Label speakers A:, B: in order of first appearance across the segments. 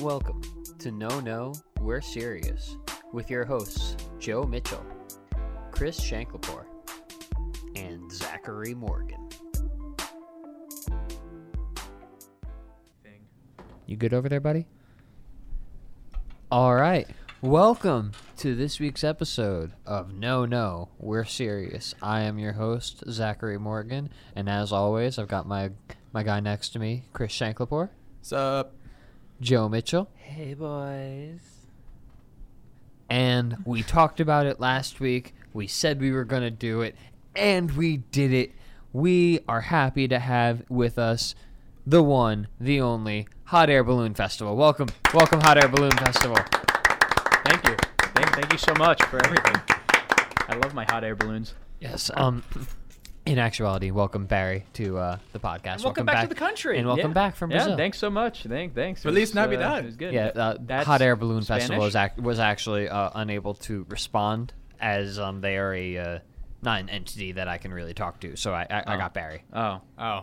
A: Welcome to No No, We're Serious with your hosts, Joe Mitchell, Chris Shanklapore, and Zachary Morgan.
B: thing.
A: You good over there, buddy? All right. Welcome to this week's episode of No No, We're Serious. I am your host, Zachary Morgan, and as always, I've got my my guy next to me, Chris Shanklapore,
C: Sup?
A: Joe Mitchell,
B: Hey boys.
A: and we talked about it last week. We said we were going to do it, and we did it. We are happy to have with us the one, the only Hot Air Balloon Festival. Welcome, welcome, Hot Air Balloon Festival.
B: Thank you. Thank, thank you so much for everything. I love my hot air balloons.
A: Yes. Um, in actuality, welcome Barry to uh, the podcast.
B: And welcome, back, to the country.
A: and welcome
B: Yeah.
A: back from Brazil.
B: Yeah, thanks so much. Thank, thanks. It
C: Feliz
B: was, uh,
C: Navidad.
B: It was good.
A: Yeah, uh,
B: That's
A: Hot Air Balloon
B: Spanish?
A: Festival was, ac- was actually uh, unable to respond as um, they are a uh, not an entity that I can really talk to. So I, I, I
B: Oh.
A: got Barry.
B: Oh,
C: Oh,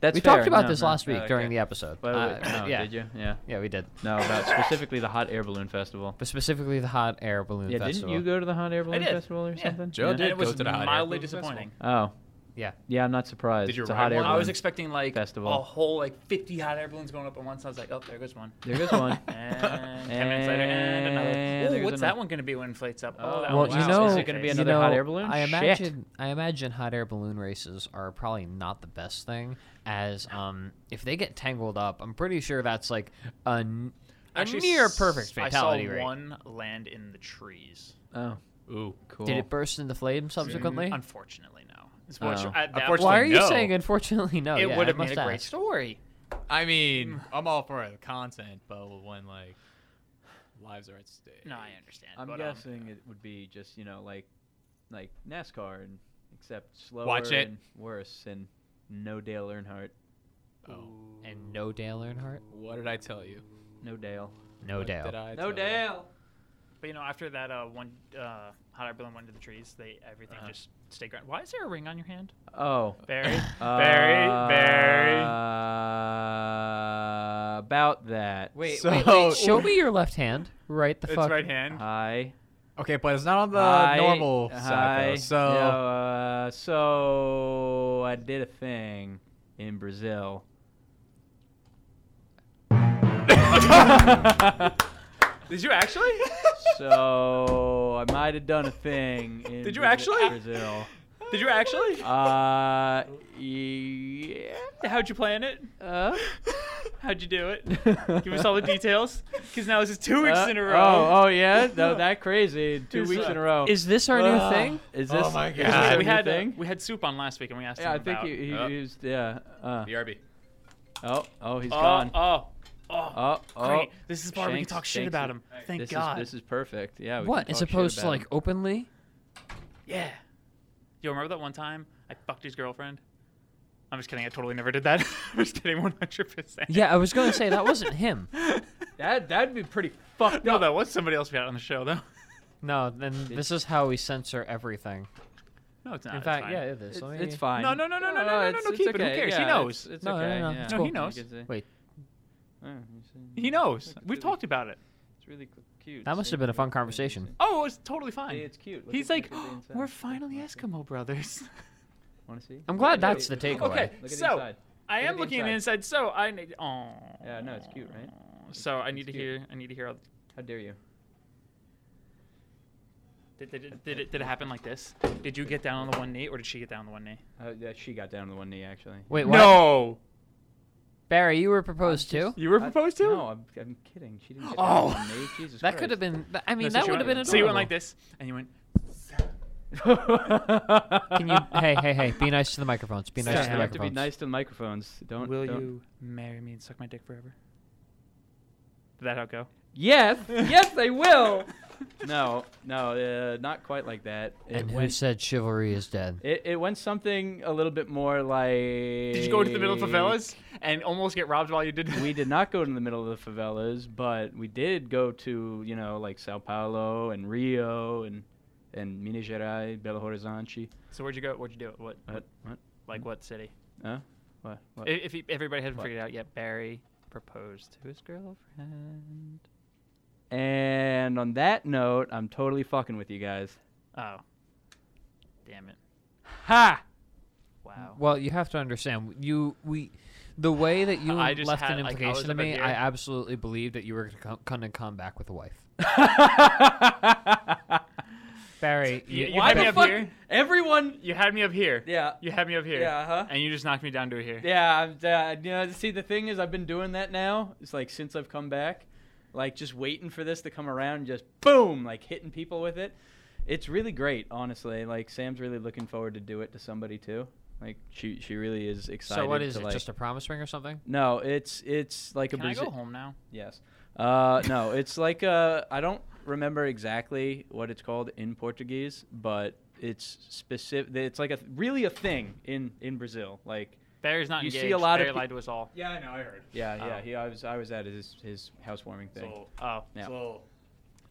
B: that's
A: we
B: fair.
A: talked about
B: No,
A: this
B: no.
A: last week
C: okay.
A: during the episode.
B: Wait, wait,
A: Uh,
B: no,
A: yeah,
B: Did you? Yeah.
A: yeah, we did.
B: No, about specifically the hot air balloon festival.
A: But specifically the Hot Air Balloon
B: Yeah,
A: Festival.
B: didn't you go to the hot air balloon
D: did.
B: festival or
D: Yeah.
B: something?
C: Joe
B: yeah.
C: did.
D: and it was
C: go to the hot air
D: mildly
C: balloon
D: disappointing.
B: Oh,
A: Yeah.
B: yeah. I'm not surprised.
C: Did you
B: it's a
C: ride
B: hot air
C: one?
D: I was
B: balloon.
D: expecting like
B: Festival.
D: a whole like 50 hot air balloons going up at once. I was like, oh, there goes one.
B: There goes one.
D: And 10 minutes later, and
B: And
D: another.
B: there's
D: Ooh, what's that
B: another.
D: one going to be when it inflates up?
B: Oh,
D: Oh, that
A: Well,
D: one.
A: you
D: wow.
A: know,
D: Is
B: it gonna be
A: you
B: another hot
A: know,
B: air balloon?
A: I
B: Shit.
A: imagine, I imagine hot air balloon races are probably not the best thing, as um, if they get tangled up, I'm pretty sure that's like a, n- a
D: Actually,
A: near
D: s-
A: perfect fatality
D: I saw
A: rate.
D: one land in the trees. Mm-hmm.
B: Oh,
C: ooh.
B: cool.
A: Did it burst into flames subsequently?
D: Mm, Unfortunately, no. It's what
B: Oh.
D: you- I- that-
C: Unfortunately,
A: Why are you
C: no.
A: saying? Unfortunately, no.
D: it
A: yeah,
D: would have
A: I
D: made a
A: must
D: great
A: ask.
D: story.
C: I mean, I'm all for the content, but when like lives are at stake.
D: No, I understand.
B: I'm
D: but, um,
B: guessing it would be just you know like like NASCAR and except slower
C: Watch it.
B: and worse and no Dale Earnhardt,
C: Oh,
A: And no Dale Earnhardt.
C: what did I tell you?
B: no Dale,
A: No
C: What
A: Dale.
C: Did I tell
B: no
C: You?
B: Dale.
D: But you know, after that uh, one uh, hot air balloon went to the trees, they everything
B: Uh-huh.
D: just stayed ground. Why is there a ring on your hand,
B: Oh,
D: Barry? Barry,
B: uh,
D: Barry.
B: about that.
A: Wait,
C: So-
A: wait, wait. Show me your left hand. Right the
D: It's
A: fuck.
D: right hand.
B: Uh-huh. Hi.
C: Okay, but it's not on the
B: hi,
C: normal side.
B: hi.
C: though,
B: Yeah,
C: So
B: uh, so I did a thing in Brazil.
D: Did you actually?
B: So I might have done a thing. In
D: Did you
B: Brazil-
D: actually?
B: Brazil.
D: Did you actually?
B: Uh, yeah.
D: How'd you plan it?
B: Uh,
D: How'd you do it? Give us all the details. Because now this is two weeks
B: Uh,
D: in a
B: Oh,
D: row.
B: oh yeah, no, that crazy. Two
D: Is,
B: weeks
D: uh,
B: in a row.
A: Is this our
C: Ah.
A: new thing?
B: Is
C: Oh
B: this?
C: my
B: is
C: God.
B: this
D: Yeah,
B: a
D: we
B: new
D: had uh,
B: thing?
D: we had soup on last week and we asked
B: yeah, I
D: him
B: think
D: about.
B: he, he
C: Oh.
B: used. Yeah. Uh,
C: BRB.
B: oh, oh, he's
D: oh,
B: gone.
D: oh, oh,
B: Oh, oh.
D: great! This is part we can
B: Shanks-
D: talk shit
B: Shanks
D: about
B: is-
D: him. Thank
B: this
D: God.
B: Is, this is perfect. Yeah. we
A: What?
B: can
A: As
B: talk shit
A: opposed to
B: about
A: like
B: him.
A: openly?
D: Yeah. You remember that one time I fucked his girlfriend? I'm just kidding. I totally never did that. I'm just kidding. 100. percent
A: Yeah, I was gonna say that wasn't him.
B: That that'd be pretty fucked
D: No,
B: up.
D: that was somebody else we had on the show though.
A: No, then this is how we censor everything.
D: No, it's not.
A: In
D: it's
A: fact,
D: fine.
A: yeah, it is.
B: It's,
A: Let
B: it's
A: me-
B: fine.
D: No, no, no, no, no, no, no,
B: it's-
D: no,
B: it's
D: keep it. Who
B: okay.
D: cares? He
B: Yeah,
D: knows.
B: It's, it's
A: No, no,
B: okay.
A: no,
B: yeah.
A: it's
D: No, he knows.
B: You can say-
A: Wait,
B: Oh, you see.
D: He knows.
B: Look,
D: We've
B: dude,
D: talked about it.
B: It's really cu- cute.
A: That must
B: See?
A: have been a fun
B: Look, look,
A: conversation.
B: see?
D: Oh, it's totally fine.
B: See, it's cute. Look
D: He's
B: at-
D: like, "Oh,
B: look at the inside.
D: we're
B: Look,
D: finally
B: wanna see?
D: Eskimo brothers.
B: Wanna see?
A: I'm
B: Look
A: glad
B: at the-
A: that's the takeaway.
B: Okay,
D: Okay,
B: look at the
D: so-
B: inside.
D: I
B: Look at
D: am
B: the
D: looking at the
B: inside.
D: inside, so I need. Oh.
B: Yeah, no, it's cute, right?
D: So I need
B: it's
D: to
B: cute.
D: hear. I need to hear. All
B: How dare you?
D: did, did, it- did it did it happen like this? Did you get down on the one knee, or did she get down on the one knee?
B: Uh, yeah, she got down to one knee actually.
A: Wait, what?
D: No.
A: Barry, you were proposed to.
B: just-
D: You were
B: I-
D: proposed to?
B: No, I'm, I'm kidding. She didn't get down to
D: Oh.
B: one knee. Jesus
A: That could have been. th- I mean, that would have been.
D: So you went
A: adorable.
D: like this, and you went.
B: been.
A: Can you? Hey, hey, hey! Be nice to the microphones. Be nice
D: Sorry,
A: to
B: you
A: the
D: I
B: have to be
A: microphones.
B: nice to the microphones. Don't.
D: Will
B: don't-
D: you marry me and suck my dick forever? Did that how it go?
B: Yes, yes, I will. no, no, uh, not quite like that. It
A: And who
B: went,
A: said chivalry is dead?
B: it, it went something a little bit more like.
D: Did you go into the middle of favelas and almost get robbed while you did?
B: we did not go to the middle of the favelas, but we did go to you know like Sao Paulo and Rio and and Minas Gerais, Belo Horizonte.
D: So where'd you go? Where'd you do it? What?
B: What? What?
D: Like what city?
B: Huh? What?
D: I-
B: What?
D: If, you- everybody hasn't
B: What?
D: figured it out yet, Barry
B: proposed to his girlfriend. And on that note, I'm totally fucking with you guys.
D: Oh, damn it!
B: Ha!
D: Wow.
A: Well, you have to understand you we the way that you
D: I just
A: left
D: had,
A: an
D: like, I
A: implication
D: was
A: to
D: up in
A: me,
D: the
A: I
D: air.
A: absolutely believed that you were going to come, come back with a wife. Barry,
D: You- you
A: Why
D: had
A: the
D: me up
A: fuck-
D: here.
B: Everyone.
D: You had me up here.
B: Yeah.
D: You had me up here.
B: Yeah. uh-huh. Huh.
D: And you just knocked me down to here.
B: Yeah, I'm, uh, you know, see, the thing is, I've been doing that now. It's like since I've come back, like just waiting for this to come around, and just boom, like hitting people with it. It's really great, honestly. Like Sam's really looking forward to do it to somebody too. Like she, she really is excited.
A: So what is
B: to,
A: it?
B: like-
A: just a promise ring or something?
B: no, it's it's like
D: Can
B: a
D: I
B: Brazil.
D: go home now?
B: Yes. Uh, no, it's like I I don't remember exactly what it's called in Portuguese, but it's specific. It's like a really a thing in in Brazil. Like
D: Barry's not
B: You see
D: engaged.
B: a lot of
D: Barry
B: pe-
D: lied to us all.
C: Yeah, I know. I heard.
B: Yeah, yeah.
D: Oh.
B: He, I was, I was at his his housewarming thing.
C: Um, So,
D: Oh,
B: Yeah.
C: so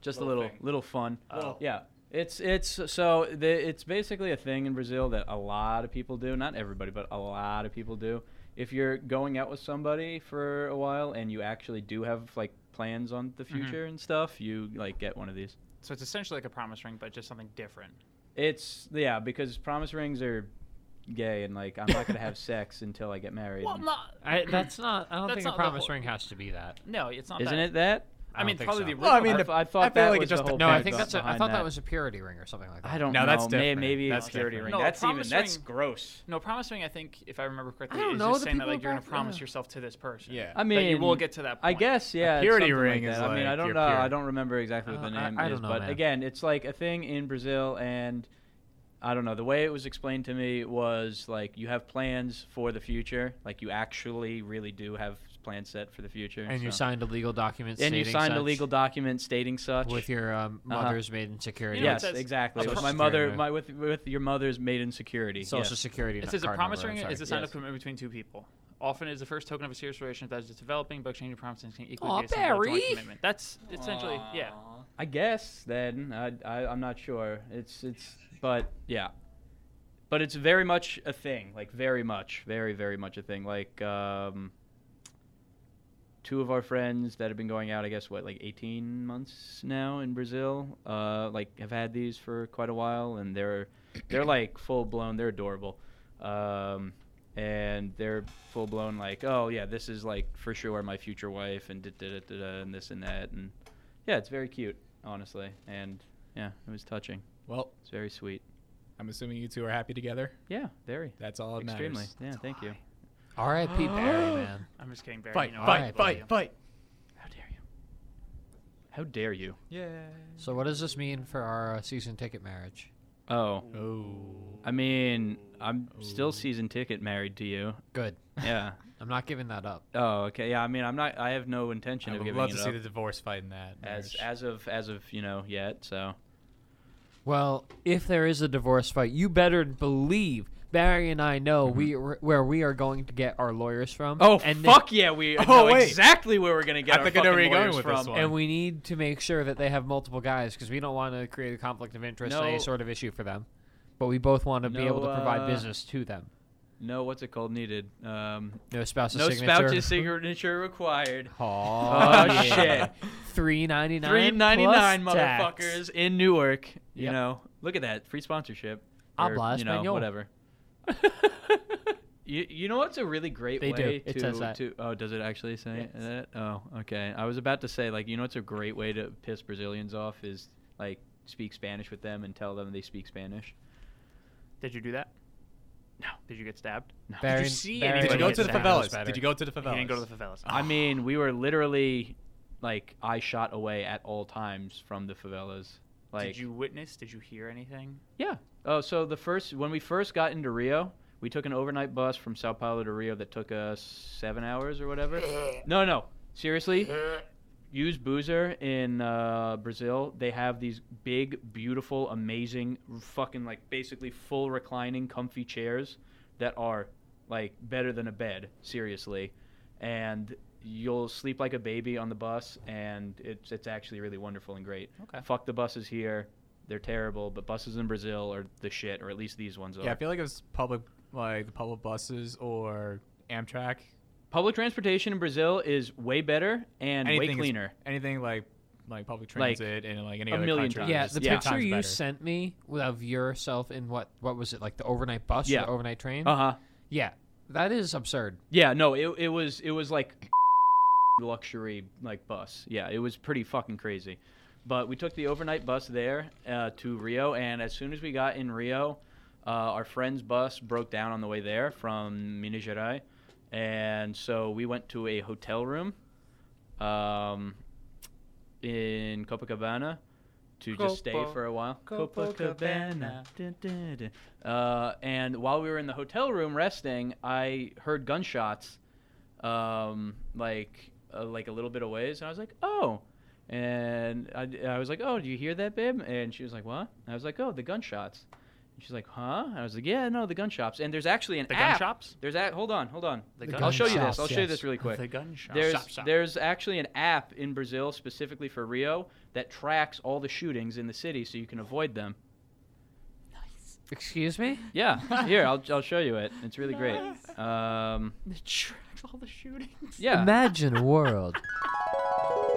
B: Just a
C: little
B: little,
C: thing.
B: little fun.
D: Oh.
C: little-
B: Yeah, it's it's so the, it's basically a thing in Brazil that a lot of people do. Not everybody, but a lot of people do. If you're going out with somebody for a while and you actually do have like plans on
C: Mm-hmm.
B: the future and stuff, you like get one of these.
D: so it's essentially like a promise ring, but just something different.
B: It's yeah, because promise rings are gay and like I'm not gonna have sex until I get married.
D: Well,
B: and-
D: not.
A: I, that's not. I don't
D: That's
A: think
D: not
A: a
D: the
A: promise
D: whole-
A: ring has to be that.
D: No, it's not.
B: Isn't
D: that.
B: it that?
A: I
D: I mean,
A: don't think
D: probably the
A: so.
C: Well,
D: original.
C: I mean,
B: I,
D: promise-
C: the-
B: f- I thought
C: I feel
B: that
C: like it
B: was the
C: just-
B: whole
A: No, I think
B: pathos
A: that's. A, I
B: behind
A: thought that. was a purity ring or something like that.
B: I don't
C: No,
B: know.
C: that's
B: May-
C: different.
B: Maybe
C: That's
B: it's purity
C: different.
B: ring.
D: No,
B: that's even
D: promise
B: that's
D: ring-
B: gross.
D: no, promise ring. I think if I remember correctly,
A: I don't
D: is
A: know,
D: just
A: the
D: saying that
A: people
D: like you're
A: are
D: gonna
A: back-
D: promise
A: yeah.
D: yourself to this person.
C: Yeah.
B: I mean,
D: That you will get to that.
B: I
D: Point.
B: guess yeah. it's
C: purity
B: something like
C: ring
B: that.
C: is
B: I mean, I
C: like
B: don't
C: you're
B: know. I
C: pure.
B: don't remember exactly what the
A: Uh, I-
B: name
A: I
B: is,
A: don't know,
B: but
A: man.
B: again, it's like a thing in Brazil, and I don't know. The way it was explained to me was like you have plans for the future, like you actually really do have plans set for the future,
A: And you
B: so-
A: signed a legal document.
B: and you
A: stating
B: signed a
A: such
B: legal document stating such
A: with your um,
B: Uh-huh.
A: mother's maiden security.
D: You know, it
B: yes,
D: says-
B: exactly.
A: Social
B: With my
A: Security.
B: mother, my with with your mother's maiden security.
A: Social
B: yes.
A: security.
D: It
A: not
D: says a
A: card
D: promise
A: number, I'm
D: ring is
A: sorry.
D: a sign
B: Yes.
D: of commitment between two people. Often is the first token of a serious relationship that is developing, but exchanging promises can equally
A: Aw,
D: be a sign of a
A: Barry!
D: joint commitment. That's essentially, yeah.
B: I guess then I, I I'm not sure. It's it's but yeah, but it's very much a thing. Like very much, very very much a thing. Like um, two of our friends that have been going out, I guess what like 18 months now in Brazil, uh, like have had these for quite a while, and they're they're like full blown. They're adorable. Um, and they're full blown like, oh yeah, this is like for sure my future wife, and da da da da, and this and that, and yeah, it's very cute, honestly, and yeah, it was touching.
C: Well,
B: It's very sweet.
C: I'm assuming you two are happy together.
B: Yeah, very.
C: That's all that
B: Extremely.
C: matters.
B: Yeah, thank you.
A: R.I.P. Barry, man.
D: I'm just kidding, Barry.
C: Fight,
D: you know, I
C: fight,
D: love
C: fight,
D: you.
C: fight.
B: How dare you? How dare you?
C: Yeah.
A: So what does this mean for our uh, season ticket marriage?
B: Oh,
C: Oh.
B: I mean, I'm still season ticket married to you.
A: Good.
B: Yeah.
A: I'm not giving that up.
B: Oh, okay. Yeah, I mean, I'm not. I have no intention
C: I
B: of
C: would
B: giving
C: love
B: it
C: to
B: up
C: see the divorce fight in that.
B: as
C: marriage.
B: as of as of you know yet. So
A: Well, if there is a divorce fight, you better believe Barry and I know
B: Mm-hmm.
A: we where we are going to get our lawyers from. and they-
B: yeah, we
C: Oh, wait.
B: exactly where we're gonna
C: I think I know
B: fucking
C: where you're going
B: lawyers
C: with this one.
A: and we need to make sure that they have multiple guys because we don't want to create a conflict of interest and
B: No.
A: any sort of issue for them. But we both want to be able to
B: No,
A: provide
B: uh,
A: business to them.
B: No, what's it called? Needed. Um,
A: No spouse's
B: no
A: signature.
B: spouse's signature required.
A: Oh,
B: Oh, shit.
A: Three ninety nine.
B: Three ninety nine motherfuckers in Newark. You
A: Yep.
B: know, look at that free sponsorship.
A: Habla
B: Or, you know,
A: español.
B: whatever. you, you know what's a really great
A: They do.
B: way
A: It
B: to
A: says that.
B: to oh does it actually say
A: Yes.
B: that oh okay I was about to say like you know what's a great way to piss Brazilians off is like speak Spanish with them and tell them they speak Spanish.
D: Did you do that? No. Did you get stabbed? No.
A: Barry-
D: Did you see
A: Barry
C: Did
D: anybody
C: you go
D: get
C: to the
D: stabbed?
A: knows
C: favelas?
A: better.
C: Did you go to the
D: You
C: favelas?
D: didn't go to the favelas.
A: Ah.
B: I mean we were literally like eye shot away at all times from the favelas. Like
D: did you witness? Did you hear anything?
B: Yeah. Oh, so the first when we first got into Rio, we took an overnight bus from Sao Paulo to Rio that took us seven hours or whatever. no, no, seriously. Use Boozer in uh, Brazil. They have these big, beautiful, amazing, fucking like basically full reclining, comfy chairs that are like better than a bed. Seriously, and you'll sleep like a baby on the bus, and it's it's actually really wonderful and great.
D: Okay.
B: Fuck the buses here they're terrible, but buses in Brazil are the shit, or at least these ones are.
C: Yeah, I feel like it was public, like the public buses or Amtrak
B: public transportation in Brazil is way better and way
C: Anything is-
B: cleaner.
C: anything like like public
B: Like,
C: transit and like any
B: a
C: other
B: million
C: country. is
B: times.
A: Yeah,
C: just
A: the
B: Yeah.
C: ten
A: picture
C: times
A: you
C: better.
A: sent me of yourself in what what was it like the overnight bus or
B: Yeah.
A: the overnight train?
B: Uh huh.
A: yeah, that is absurd.
B: Yeah, no, it it was it was like luxury like bus. Yeah, it was pretty fucking crazy. But we took the overnight bus there uh, to Rio, and as soon as we got in Rio, uh, our friend's bus broke down on the way there from Minas Gerais, and so we went to a hotel room um, in Copacabana to just stay
D: Copa-
B: for a while.
D: Copacabana.
B: Dun, dun, dun. Uh, and while we were in the hotel room resting, I heard gunshots, um, like uh, like a little bit of ways, and I was like, oh. And I, I was like, oh, do you hear that, babe? And she was like, what? And I was like, oh, the gunshots. And she's like, huh? And I was like, yeah, no, the gun shops. And there's actually an
D: The gun
B: app.
D: shops?
B: There's a hold on, hold on.
D: The
B: I'll
D: gun
B: show you
A: shops,
B: this. I'll show you
A: yes.
B: this really quick.
D: The gun shop.
B: There's
D: Shop, shop.
B: there's actually an app in Brazil specifically for Rio that tracks all the shootings in the city, so you can avoid them.
A: Excuse me?
B: Yeah, here I'll I'll show you it. It's really great. Um,
D: It tracks all the shootings.
B: yeah,
A: Imagine a world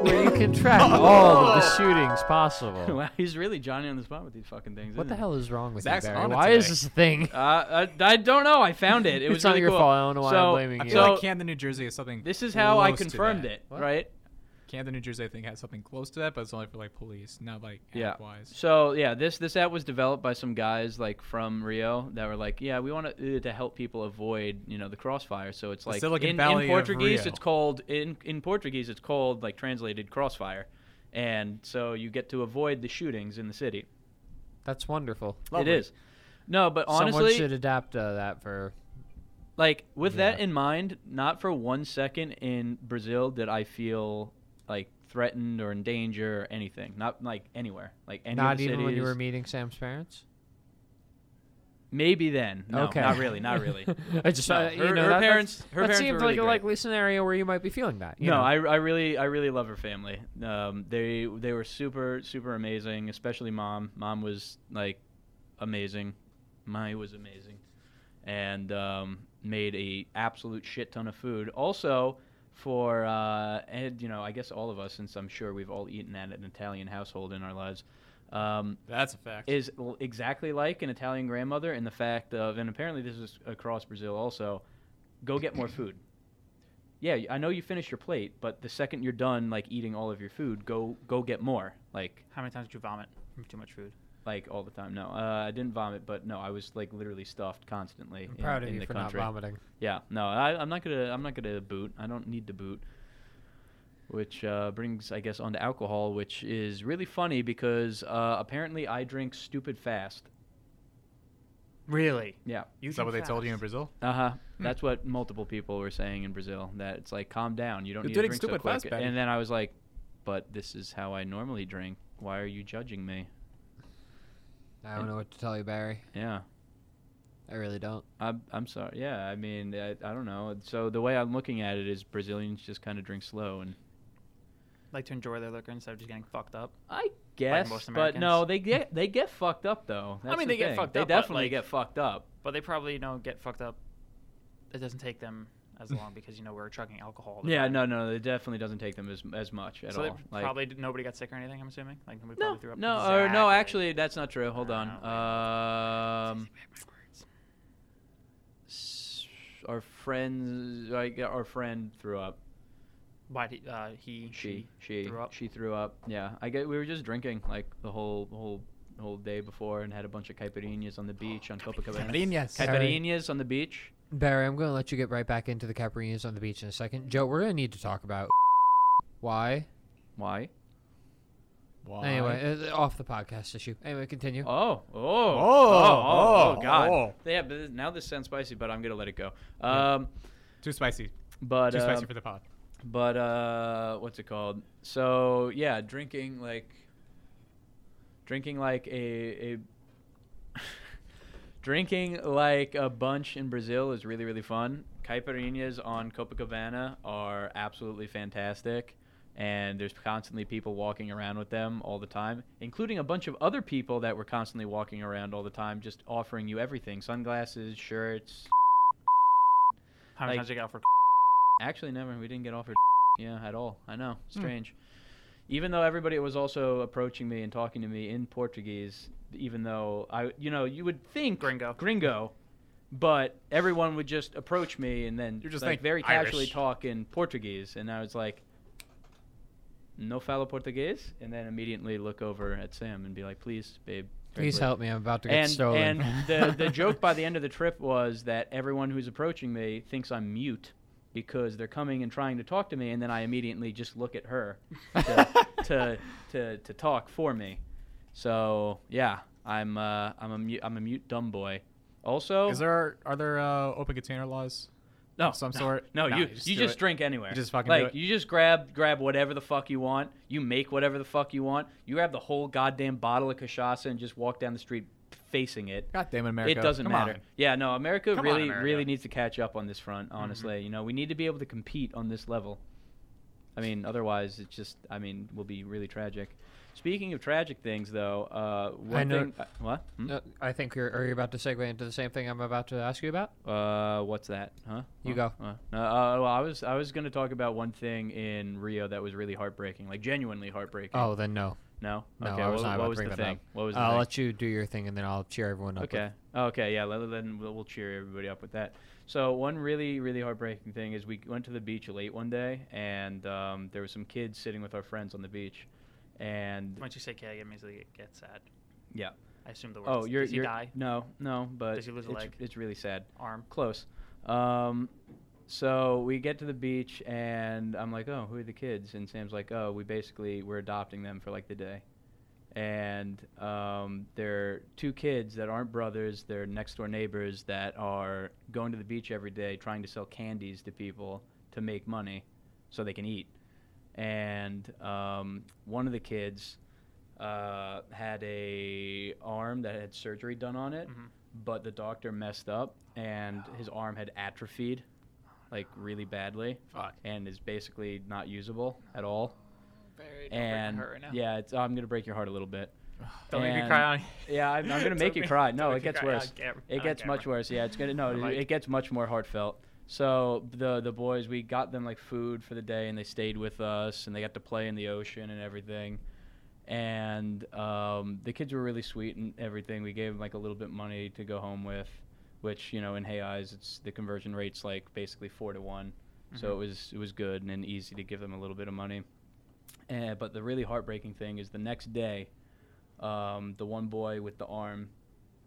A: where you can track
B: Oh.
A: all of the shootings possible.
B: wow, he's really Johnny on the spot with these fucking things.
A: What the
B: isn't
A: hell is wrong with
C: Zach's
A: you, Barry?
C: on it
A: Why is
C: today.
A: this a thing?
B: he? Uh, I, I don't know. I found it. It was
A: It's not
B: really
A: your
B: cool.
A: fault. I don't know why I'm
B: So-
A: blaming
C: I
A: you.
C: feel
B: So
C: like Camden, New Jersey is something.
B: this is how I
C: close to
B: confirmed
C: that.
B: it,
A: What?
B: right?
C: Camden, New Jersey, I think has something close to that, but it's only for like police, not like
B: Yeah.
C: app wise.
B: So yeah, this this app was developed by some guys like from Rio that were like, yeah, we want to, uh, to help people avoid you know the crossfire. So it's
C: The
B: like
C: Silicon
B: in,
C: Valley
B: in
C: of
B: Portuguese,
C: Rio.
B: it's called in in Portuguese, it's called like translated crossfire, and so you get to avoid the shootings in the city.
A: That's wonderful.
C: Lovely.
B: It is. No, but
A: Someone
B: honestly,
A: should adapt uh, that for.
B: like with that
A: Yeah.
B: in mind, not for one second in Brazil did I feel like threatened or in danger or anything. Not like anywhere. Like any of
A: Not
B: the
A: even when you
B: cities.
A: were meeting Sam's parents.
B: Maybe then. No,
A: okay.
B: not really. Not really.
A: I just
B: No,
A: uh, you
B: her-
A: know
B: her
A: that,
B: parents-
A: that's-
B: her
A: that
B: parents
A: seemed
B: were
A: like
B: really
A: a
B: great.
A: likely scenario where you might be feeling that. you
B: no,
A: know?
B: I, I really I really love her family. Um, they they were super super amazing, especially mom. Mom was like amazing. Mai was amazing, and um, made a absolute shit ton of food. Also for uh, and you know I guess all of us, since I'm sure we've all eaten at an Italian household in our lives. Um,
C: That's a fact.
B: is l- exactly like an Italian grandmother in the fact of, and apparently this is across Brazil also, go get more food. Yeah, I know you finished your plate, but the second you're done, like eating all of your food, go go get more, like
D: How many times did you vomit from too much food?
B: like all the time. No, uh, I didn't vomit, but no, I was like literally stuffed constantly.
A: I'm
B: in-
A: proud of
B: in
A: you
B: the
A: for
B: country.
A: not vomiting.
B: Yeah, no, I, I'm not gonna. I'm not gonna boot. I don't need to boot. Which uh, brings, I guess, onto alcohol, which is really funny because uh, apparently I drink stupid fast.
D: Really?
B: Yeah.
D: You
C: Is that what they told you in Brazil?
B: Uh huh. That's what multiple people were saying in Brazil. That it's like, calm down. You don't
C: You're
B: need to
C: doing
B: drink so
C: stupid
B: quick.
C: fast, Patty.
B: and then I was like, but this is how I normally drink. Why are you judging me?
A: I don't know what to tell you, Barry.
B: Yeah.
A: I really don't.
B: I'm, I'm sorry. Yeah. I mean, I, I don't know. So the way I'm looking at it is Brazilians just kind of drink slow and.
D: Like to enjoy their liquor instead of just getting fucked up.
B: I guess,
D: most
B: but no,
D: Americans.
B: they get they get fucked up though. That's
D: mean,
B: the
D: they get
B: thing.
D: fucked
B: They
D: up, but,
B: definitely
D: like-
B: get fucked up.
D: But they probably, you know, get fucked up. It doesn't take them as long because, you know, we're trucking alcohol. all the
B: Yeah,
D: time.
B: no, no, it definitely doesn't take them as as much at
D: so
B: all.
D: they
B: Like-
D: probably d- nobody got sick or anything, I'm assuming? Like, nobody
B: no,
D: probably threw up.
B: no, or no,
D: Exactly.
B: actually, that's not true. Hold on.
D: Uh,
B: Um, s- our friends, like our friend threw up.
D: Why did uh, he?
B: She, she,
D: threw up?
B: she threw up. Yeah, I get. We were just drinking like the whole whole whole day before, and had a bunch of caipirinhas on the beach on Copacabana. Caipirinhas on the beach.
A: Barry, I'm going to let you get right back into the Caprinis on the beach in a second. Joe, we're going to need to talk about why.
B: Why?
C: Why?
A: Anyway, uh, off the podcast issue. Anyway, continue.
B: Oh, oh, oh,
C: Oh,
B: oh, God.
C: oh.
B: Yeah, but this- now this sounds spicy, but I'm gonna let it go. Um,
C: too spicy.
B: but
C: Too
B: um,
C: spicy for the pod.
B: But uh, what's it called? So yeah, drinking like drinking like a, a drinking like a bunch in Brazil is really really fun. Caipirinhas on Copacabana are absolutely fantastic, and there's constantly people walking around with them all the time, including a bunch of other people that were constantly walking around all the time, just offering you everything: sunglasses, shirts.
D: How many
B: Like-
D: times you got for?
B: Actually, never. We didn't get offered. Yeah, at all. I know.
C: Hmm.
B: Strange. Even though everybody was also approaching me and talking to me in Portuguese, even though I, you know, you would think
D: Gringo.
B: gringo, but everyone would just approach me and then
C: You're just
B: like
C: like
B: very casually
C: Irish.
B: talk in Portuguese, and I was like, "No falo português," and then immediately look over at Sam and be like, "Please, babe."
A: Please
B: translate."
A: help me. I'm about to get
B: and,
A: stolen.
B: And the, the joke by the end of the trip was that everyone who's approaching me thinks I'm mute because they're coming and trying to talk to me, and then I immediately just look at her to, to, to, to talk for me. So yeah, I'm uh, I'm a mute, I'm a mute dumb boy. Also,
C: Is there are there uh, open container laws?
B: no
C: of some
B: no,
C: sort?
B: No,
C: No,
B: you
C: you
B: you
C: just
B: just,
C: do it.
B: drink anywhere.
C: You just fucking do it.
B: like you just grab grab whatever the fuck you want. You make whatever the fuck you want. You grab the whole goddamn bottle of cachaça and just walk down the street facing it.
C: God damn it, America!
B: It doesn't
C: Come
B: matter.
C: on.
B: Yeah, no, America
D: Come on,
B: really,
D: America.
B: really needs to catch up on this front. Honestly, you know, we need to be able to compete on this level. I mean, otherwise, it's just, I mean, will be really tragic. Speaking of tragic things, though, uh, one
A: know-
B: thing. uh, what? Hmm?
A: Uh, I think you're, are you about to segue into the same thing I'm about to ask you about?
B: Uh, what's that? Huh?
A: You
B: Huh?
A: go.
B: Huh? No, uh, well, I was, I was gonna talk about one thing in Rio that was really heartbreaking, like genuinely heartbreaking.
A: Oh, then no.
B: no.
A: No,
B: okay,
A: I was
B: what,
A: not
B: what
A: about
B: was
A: to bring
B: the
A: that
B: thing?
A: up. Uh,
B: What was the
A: I'll
B: thing?
A: let you do your thing and then I'll cheer everyone up. with-
B: Okay. Okay. Yeah. let- Then we'll, we'll cheer everybody up with that. So one really, really heartbreaking thing is we went to the beach late one day, and um, there were some kids sitting with our friends on the beach, and
D: Once you say K, it means they get- get sad.
B: yeah.
D: I assume the word.
B: Oh,
D: is-
B: you're
D: does he
B: you're
D: die?
B: no, no, but
D: Does he lose a
B: it's,
D: leg?
B: it's really sad.
D: Arm.
B: Close. Um, so we get to the beach, and I'm like, "Oh, who are the kids?" And Sam's like, "Oh, we basically we're adopting them for like the day." And um, they're two kids that aren't brothers; they're next door neighbors that are going to the beach every day, trying to sell candies to people to make money, so they can eat. And um, one of the kids uh, had a arm that had surgery done on it,
D: Mhm.
B: but the doctor messed up and his arm had atrophied like really badly
C: Fuck.
B: and is basically not usable at all
D: Buried.
B: and
D: hurt right now.
B: yeah it's, i'm gonna break your heart a little bit
D: Don't make me
B: and-
D: cry on.
B: yeah i'm, I'm gonna
D: Don't
B: make you
D: make-
B: cry
D: don't
B: no
D: make
B: it
D: me
B: gets
D: cry on
B: worse
D: cam-
B: it
D: on
B: gets much
D: camera.
B: worse yeah it's gonna no
D: I'm like-
B: it gets much more heartfelt so the the boys we got them like food for the day and they stayed with us and they got to play in the ocean and everything and um, the kids were really sweet and everything. We gave them like a little bit money to go home with, which you know in Hay Eyes, it's the conversion rate's like basically four to one, so it was it was good and, and easy to give them a little bit of money. Uh, but the really heartbreaking thing is the next day, um, the one boy with the arm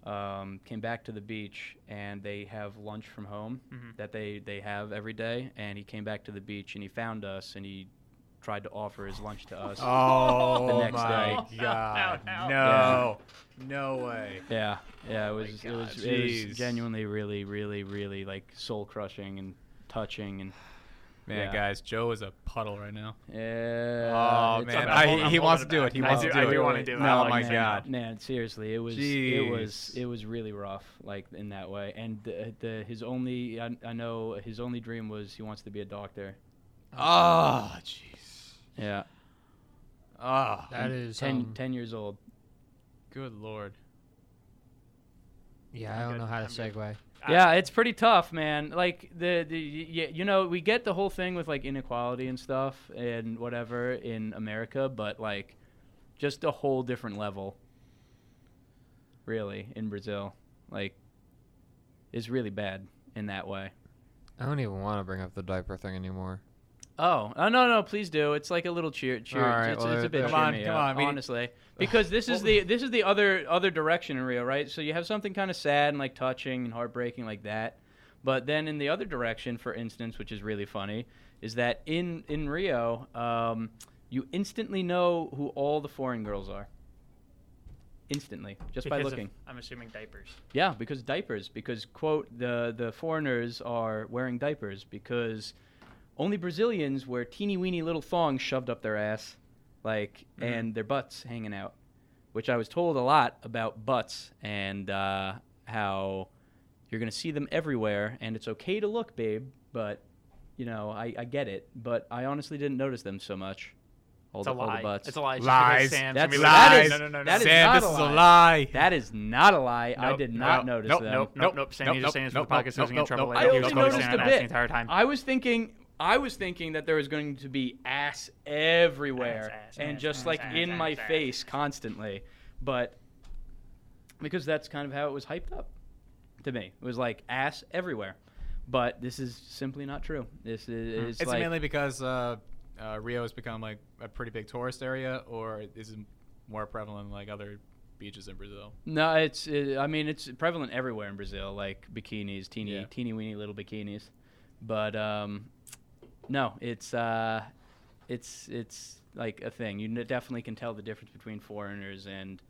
B: um, came back to the beach and they have lunch from home
C: Mm-hmm.
D: Mhm.
B: that they they have every day, and he came back to the beach and he found us and he tried to offer his lunch to us.
C: Oh
B: The next
C: my
D: day.
C: god!
D: No, no,
C: No, no way.
B: Yeah, yeah,
C: my
B: it was it was,
C: God,
B: it
C: jeez.
B: was genuinely really really really like soul crushing and touching and
C: Man,
B: Yeah.
C: guys, Joe is a puddle right now.
B: yeah.
C: oh
B: it's-
C: man,
D: Uh, I'm holding-
C: I, he
D: I'm
C: wants to
D: holding
C: do
D: it
C: it. He
D: back.
C: wants
D: I
C: to
D: do-
C: do
D: I
C: it.
D: do wanna do it.
C: No,
D: I
C: my
D: like that.
C: god.
B: man, seriously, it was it was
C: Jeez.
B: it was really rough, like in that way. And the, the his only I, I know his only dream was he wants to be a doctor.
C: Oh, jeez.
B: Yeah,
C: Oh,
A: That is.
B: ten
A: um,
B: 10 years old.
C: good lord.
A: yeah, I
D: I'm
A: don't know
D: good,
A: how to
D: I'm good.
A: segue.
C: Ah.
D: I-
B: yeah, it's pretty tough, man. Like the, the you, you know, we get the whole thing with like inequality and stuff and whatever in America, but like just a whole different level. Really, in Brazil, like is really bad in that way.
A: I don't even want to bring up the diaper thing anymore.
B: Oh, oh no, no, please do. It's like a little cheer, cheer.
A: All right,
B: it's,
A: well,
B: it's a bit
A: there-
B: cheer
C: Come on,
B: me
C: come
B: up,
C: on, we-
B: honestly, because this is the this is the other other direction in Rio, right? So you have something kind of sad and like touching and heartbreaking like that, but then in the other direction, for instance, which is really funny, is that in in Rio, um, you instantly know who all the foreign girls are. Instantly, just by
D: Because of-
B: looking.
D: I'm assuming diapers.
B: Yeah, because diapers. Because quote the the foreigners are wearing diapers because only Brazilians wear teeny weeny little thongs shoved up their ass, like
D: Mm-hmm.
B: and their butts hanging out, which I was told a lot about butts and uh, how you're gonna see them everywhere and it's okay to look, babe. But you know I, I get it, but I honestly didn't notice them so much. All
D: It's
B: the,
D: a
B: all the
D: lie.
B: butts.
D: It's a lie. It's just
C: Lies.
D: because Sam's
B: That's-
D: gonna be
C: that
D: like,
C: is-
D: no, no, no, no.
B: that
D: no.
B: is
C: Sam,
B: not
C: this
B: a
C: is a
B: lie.
C: lie.
B: That is not a lie. I
D: Nope,
B: did
D: nope,
B: not notice
C: nope,
B: them.
C: nope,
D: Nope, nope, nope. Sam,
C: Nope,
D: you just saying this
C: nope,
D: for the
C: nope,
D: podcast.
C: nope,
D: Nope,
C: nope,
D: nope,
C: nope.
B: I
D: I
B: only noticed a
D: the
B: bit.
D: entire time.
B: I was thinking, I was thinking that there was going to be ass everywhere
D: Ass, ass,
B: and
D: ass,
B: just
D: ass,
B: like
D: ass,
B: in
D: ass,
B: my
D: ass.
B: face constantly, but because that's kind of how it was hyped up to me. It was like ass everywhere, but this is simply not true. This is
D: Hmm.
B: it's,
C: It's
B: like
C: mainly because uh, uh, Rio has become like a pretty big tourist area, or is it more prevalent than like other beaches in Brazil?
B: no, it's uh I mean it's prevalent everywhere in Brazil, like bikinis, teeny
C: Yeah.
B: teeny weeny little bikinis, but um, no, it's uh, it's it's like a thing. You n- definitely can tell the difference between foreigners and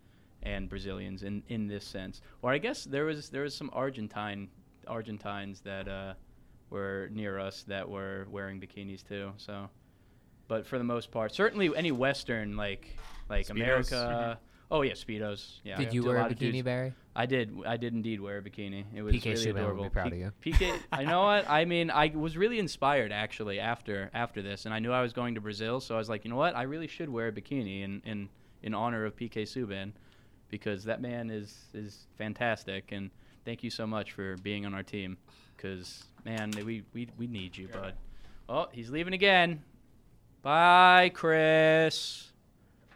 B: and Brazilians in in this sense. Or I guess there was there was some Argentine Argentines that uh, were near us that were wearing bikinis too. So, but for the most part, certainly any Western like like
C: Speedos.
B: America. Oh yeah, speedos. Yeah.
A: Did you
B: a
A: wear a
B: lot of dudes-
A: bikini, Barry?
B: I did. I did indeed wear a bikini. It was
A: PK
B: really
A: Subban would be
B: adorable.
A: proud of you.
B: PK, I know what I mean. I was really inspired actually after after this, and I knew I was going to Brazil, so I was like, you know what, I really should wear a bikini in in, in honor of PK Subban, because that man is is fantastic, and thank you so much for being on our team, because man, we we we need you, bud. Oh, he's leaving again. Bye, Chris.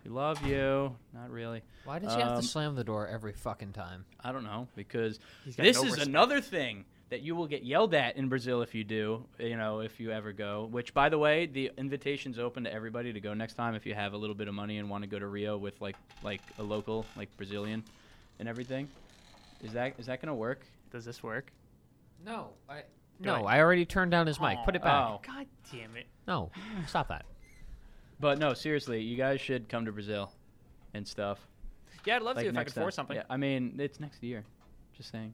B: We love you. Not really.
A: Why does he have
B: Um,
A: to slam the door every fucking time?
B: I don't know because
D: He's got
B: this
D: no
B: is
D: respect.
B: another thing that you will get yelled at in Brazil if you do, you know, if you ever go. Which, by the way, the invitation's open to everybody to go next time if you have a little bit of money and want to go to Rio with like like a local, like Brazilian, and everything. Is that is that gonna work?
D: Does this work?
A: No, I
D: no,
A: no, I already turned down his mic. Put it back.
B: Oh.
D: God damn it.
A: No, stop that.
B: But no, seriously, you guys should come to Brazil and stuff.
D: Yeah, I'd love
B: Like
D: to if I
B: next
D: could force
B: time.
D: something.
B: Yeah, I mean, it's next year. Just saying,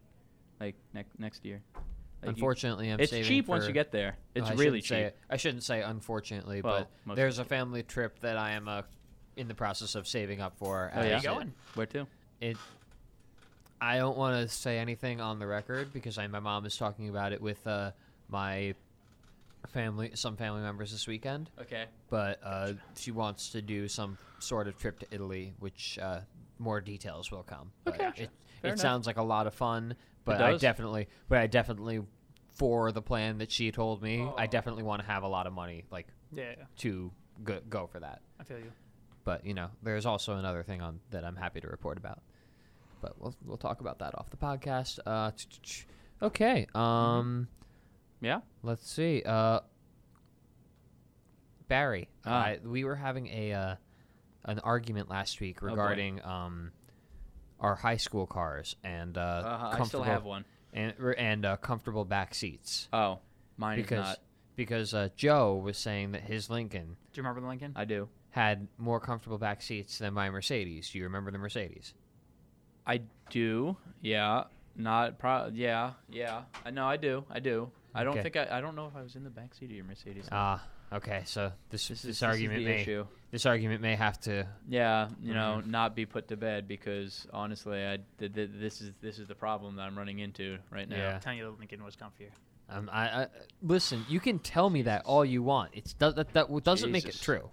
B: like next next year. Like, you-
A: Unfortunately, I'm
B: it's
A: saving
B: cheap once
A: for-
B: you get there.
A: Well,
B: It's
A: I
B: really
A: shouldn't say
B: cheap.
A: it- I shouldn't say unfortunately,
B: Well,
A: but
B: most
A: there's a family trip that I am uh, in the process of saving up for. uh,
B: Oh,
A: as
B: yeah?
A: it-
D: Where you going?
B: Where to?
A: It. I don't want to say anything on the record because I, my mom is talking about it with uh, my family, some family members this weekend.
B: Okay.
A: But uh, she wants to do some sort of trip to Italy, which uh, more details will come. But
B: Okay.
A: It,
B: Fair
A: it
B: enough.
A: sounds like a lot of fun, but I
B: does.
A: definitely, but I definitely, for the plan that she told me, I
B: Oh.
A: definitely want to have a lot of money, like
D: Yeah, yeah,
A: to go, go for that.
D: I feel you.
A: But you know, there's also another thing on that I'm happy to report about. But we'll we'll talk about that off the podcast. Uh, tch, tch, tch. okay. Um,
B: Mm-hmm. Yeah.
A: let's see. Uh, Barry,
B: Ah.
A: I, we were having a uh, an argument last week
B: Oh, boy.
A: regarding um our high school cars and uh,
B: Uh,
A: comfortable
B: I still have one.
A: and and uh, comfortable back seats
B: Oh, mine
A: because
B: is not.
A: because uh, Joe was saying that his Lincoln
D: Do you remember the Lincoln?
B: I do.
A: had more comfortable back seats than my Mercedes. Do you remember the Mercedes?
B: I do. Yeah. Not pro. Yeah. Yeah. I know. I do. I do. I don't
A: Okay.
B: think I. I don't know if I was in the backseat of your Mercedes.
A: Ah, okay. So this this,
B: this is
A: argument
B: this is the
A: may Mm-hmm.
B: issue.
A: this argument may have to.
B: Yeah. You know, not be put to bed because honestly, I th- th- this is this is the problem that I'm running into right now.
A: Yeah.
D: I'm telling you, the Lincoln was comfier.
A: Um, I, I listen. You can tell me that all you want. It's do, that that w- doesn't make it
B: Jesus.
A: true.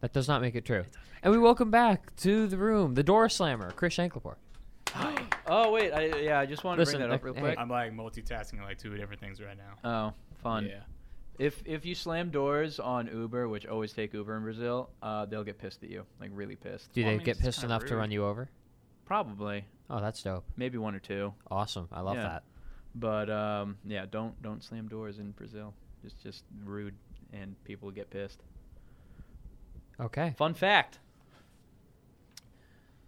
A: That does not make it true. and we welcome back to the room the door slammer, Chris Shanklepore.
B: Oh wait. I, yeah. I just wanted
A: Listen,
B: to bring that up
A: uh,
B: real
A: hey.
B: quick.
A: I'm,
C: I'm like multitasking like two different things right now.
B: Oh, fun.
C: Yeah.
B: If if you slam doors on Uber, which always take Uber in Brazil, uh, they'll get pissed at you. Like really pissed.
A: Do
D: Well, I
A: they
D: mean,
A: get
D: it's
A: pissed
D: kinda
A: enough to
D: rude.
A: run you over?
B: Probably.
A: Oh, that's dope.
B: Maybe one or two.
A: Awesome. I love
B: Yeah.
A: that.
B: But um, yeah, don't don't slam doors in Brazil. It's just rude, and people get pissed.
A: Okay.
B: Fun fact.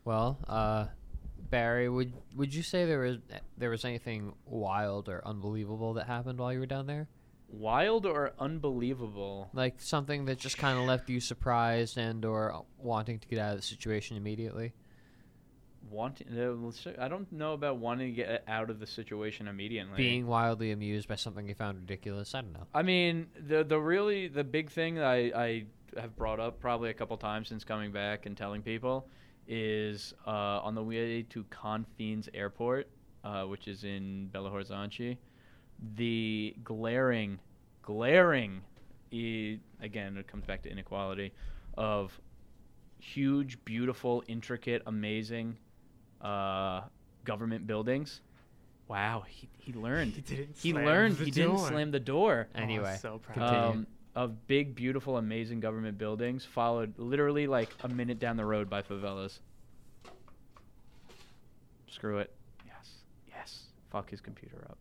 A: Well, uh, Barry, would would you say there was there was anything wild or unbelievable that happened while you were down there?
B: Wild or unbelievable?
A: Like something that just kind of left you surprised and or wanting to get out of the situation immediately?
B: Wanting? uh, let's say- I don't know about wanting to get out of the situation immediately.
A: Being wildly amused by something you found ridiculous? I don't know.
B: I mean, the the really the big thing that I, I have brought up probably a couple times since coming back and telling people is uh, on the way to Confines Airport, uh, which is in Belo Horizonte, the glaring, glaring, e- again it comes back to inequality, of huge, beautiful, intricate, amazing uh, government buildings Wow, he, he learned.
D: He didn't
B: He
D: slam
B: learned.
D: the
B: He didn't
D: door.
B: slam the door.
D: Oh, I'm
A: Anyway,
D: so proud.
A: continue.
B: Um, of big, beautiful, amazing government buildings, followed literally like a minute down the road by favelas. Screw it. Yes. Yes. Fuck his computer up.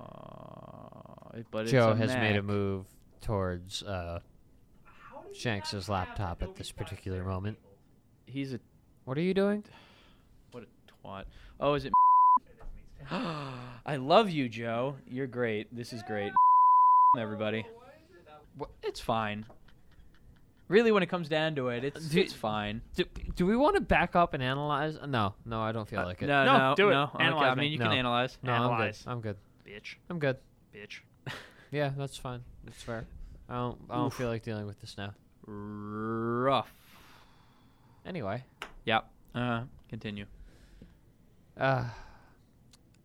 B: Uh, it- but
A: Joe
B: it's
A: has made a
B: Mac.
A: move towards uh, Shanks's laptop at this particular moment.
B: He's a
A: What are you doing?
B: what a twat. Oh, is it? I love you, Joe. You're great. This is great. Everybody. Wha- It's fine. Really, when it comes down to it, it's,
A: Do-
B: it's fine.
A: Do, do we want to back up and analyze? No, no, I don't feel
B: Uh,
A: like it.
B: No,
D: No,
B: no,
D: do it.
B: no. Okay,
D: Analyze
B: I mean,
D: me.
B: you
A: No.
B: can analyze.
A: no,
D: analyze.
A: I'm good.
D: bitch,
A: I'm good. I'm good.
D: bitch.
A: Yeah, that's fine. That's fair. I don't. I don't feel like dealing with this now.
B: Rough.
A: Anyway,
B: Yep.
D: Uh-huh.
B: Uh, continue.
A: uh,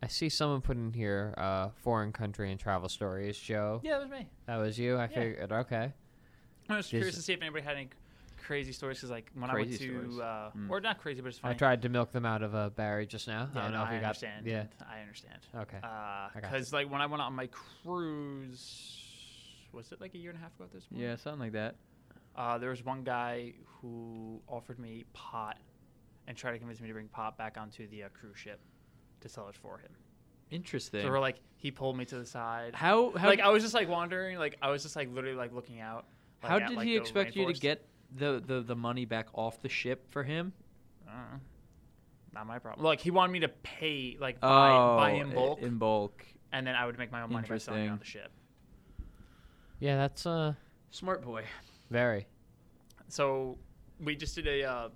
A: I see someone put in here uh, foreign country and travel stories. Joe,
B: Yeah, it was me.
A: that was you. I
D: Yeah.
A: figured. Okay.
D: I was curious
A: Just-
D: to see if anybody had any crazy stories, because like when
B: Crazy
D: I went
B: stories.
D: to, uh,
B: Mm.
D: or not crazy, but it's funny.
A: I tried to milk them out of uh, Barry just now.
D: Yeah,
A: I don't
D: no,
A: know if you got.
D: understand.
A: Yeah.
D: I understand.
A: Okay. I got
D: Because Uh, like when I went on my cruise, was it like a year and a half ago at this point?
B: Yeah, something like that.
D: Uh, there was one guy who offered me pot and tried to convince me to bring pot back onto the uh, cruise ship to sell it for him.
B: Interesting.
D: So we're like, he pulled me to the side.
B: how how
D: like I was just like wandering, like I was just like literally like looking out. like,
B: how
D: at,
B: did
D: like,
B: he
D: the
B: expect you to
D: rainforest.
B: get the, the the money back off the ship for him?
D: I don't know. Not my problem. Like he wanted me to pay, like buy, buy
B: Oh, i-
D: in bulk,
B: In bulk.
D: and then I would make my own money by selling it on
B: Interesting.
D: the ship.
A: Yeah, that's uh
B: Smart boy.
A: very.
D: So we just did a uh,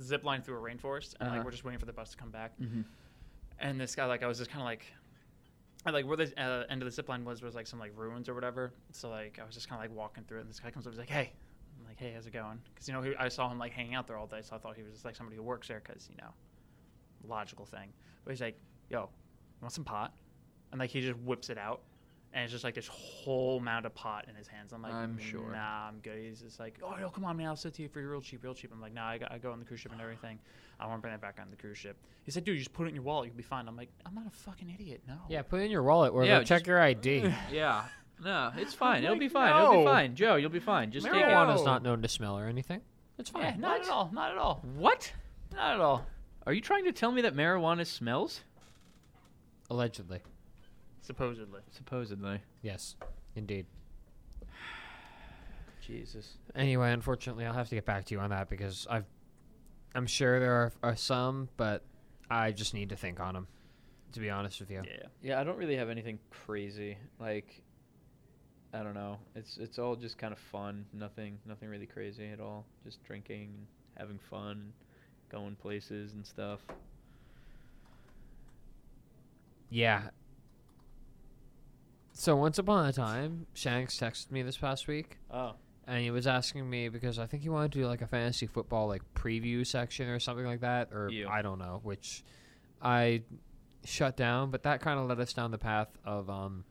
D: zip line through a rainforest, and
B: Uh-huh.
D: like we're just waiting for the bus to come back.
B: Mhm.
D: And this guy, like, I was just kind of like, I, like where the uh, end of the zip line was was like some like ruins or whatever. So like I was just kind of like walking through it, and this guy comes up, he's like, "Hey," I'm like, "Hey, how's it going?" Because you know he, I saw him like hanging out there all day, so I thought he was just like somebody who works there, because you know, logical thing. But he's like, "Yo, you want some pot?" And like he just whips it out. And it's just like this whole mound of pot in his hands. I'm like,
B: I'm sure.
D: Nah, I'm good. He's just um, like, oh, yo, come on, man. I'll sell it to you for real cheap, real cheap. I'm like, nah, I, got, I go on the cruise ship and everything. I want to bring it back on the cruise ship. He said, dude, just put it in your wallet. You'll be fine. I'm like, I'm not a fucking idiot. No.
A: Yeah, put it in your wallet or
B: Yeah,
A: they'll check
B: just-
A: your ID.
B: Yeah. No, it's fine. It'll be
D: like,
B: fine. It'll
D: no.
B: be fine. Joe, you'll be fine. Just take
D: Marijuana.
B: it.
A: Marijuana's
D: No.
A: not known to smell or anything. It's
D: Yeah,
A: fine.
D: not at all. Not at all.
B: What?
D: Not at all.
B: Are you trying to tell me that marijuana smells?
A: Allegedly.
D: Supposedly.
B: Supposedly.
A: Yes. Indeed.
B: Jesus.
A: Anyway, unfortunately, I'll have to get back to you on that because I've I'm sure there are, are some, but I just need to think on them to be honest with you.
B: Yeah, I don't really have anything crazy. Like I don't know. It's it's all just kind of fun. Nothing nothing really crazy at all. Just drinking and having fun, going places and stuff.
A: Yeah. So once upon a time, Shanks texted me this past week
B: Oh.
A: and he was asking me because I think he wanted to do like a fantasy football like preview section or something like that, or
B: Yeah.
A: I don't know, which I shut down. But that kind of led us down the path of, um,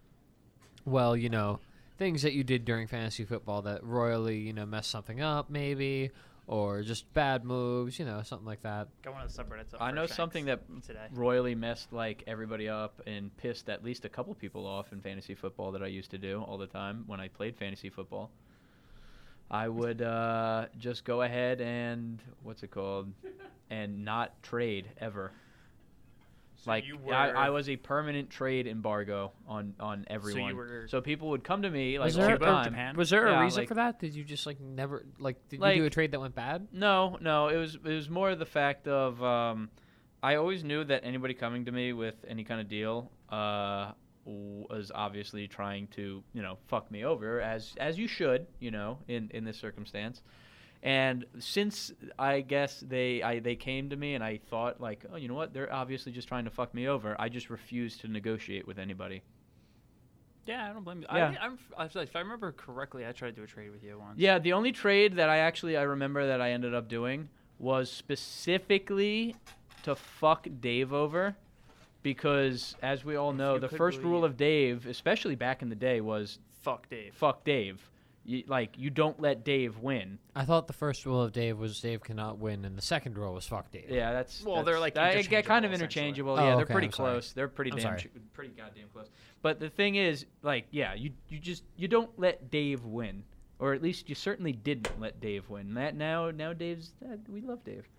A: well, you know, things that you did during fantasy football that royally, you know, messed something up, maybe, or just bad moves, you know, something like that.
D: Got one of the subreddits up
B: I
D: for
B: know
D: Shanks
B: something that
D: Today.
B: royally messed like everybody up and pissed at least a couple people off in fantasy football that I used to do all the time when I played fantasy football. I would uh, just go ahead and what's it called, and not trade ever.
D: So
B: like
D: you were,
B: I, I was a permanent trade embargo on on everyone.
D: were-
B: So people would come to me like
A: Was
B: all
A: there-
B: the
A: Cuba or
B: time.
D: Japan? And-
A: Was there a
B: Yeah,
A: reason
B: like-
A: for that? Did you just like never like did you do a
B: Like-
A: trade that went bad?
B: No, no. It was it was more the fact of um, I always knew that anybody coming to me with any kind of deal uh, was obviously trying to you know fuck me over as as you should you know in in this circumstance. And since I guess they I, they came to me and I thought like oh you know what they're obviously just trying to fuck me over I just refused to negotiate with anybody.
D: Yeah, I don't blame you.
B: Yeah.
D: I, think- I'm, I was like, if I remember correctly, I tried to do a trade with you once.
B: Yeah, the only trade that I actually I remember that I ended up doing was specifically to fuck Dave over because as we all know,
D: you
B: the
D: could
B: first rule
D: believe-
B: of Dave, especially back in the day, was
D: Fuck Dave.
B: fuck Dave. You, like you don't let Dave win.
A: I thought the first rule of Dave was Dave cannot win, and the second rule was fuck Dave.
B: Yeah, that's
D: Well, they're,
B: that's-
D: like,
B: I- it get kind of
D: interchangeable,
B: interchangeable. yeah,
A: Oh,
B: they're
A: okay,
B: pretty
A: I'm sorry.
B: close. They're pretty
A: I'm
B: damn,
A: sorry.
B: ch- pretty goddamn close. But the thing is, like, yeah, you you just you don't let Dave win, or at least you certainly didn't let Dave win. That now now Dave's that, we love Dave.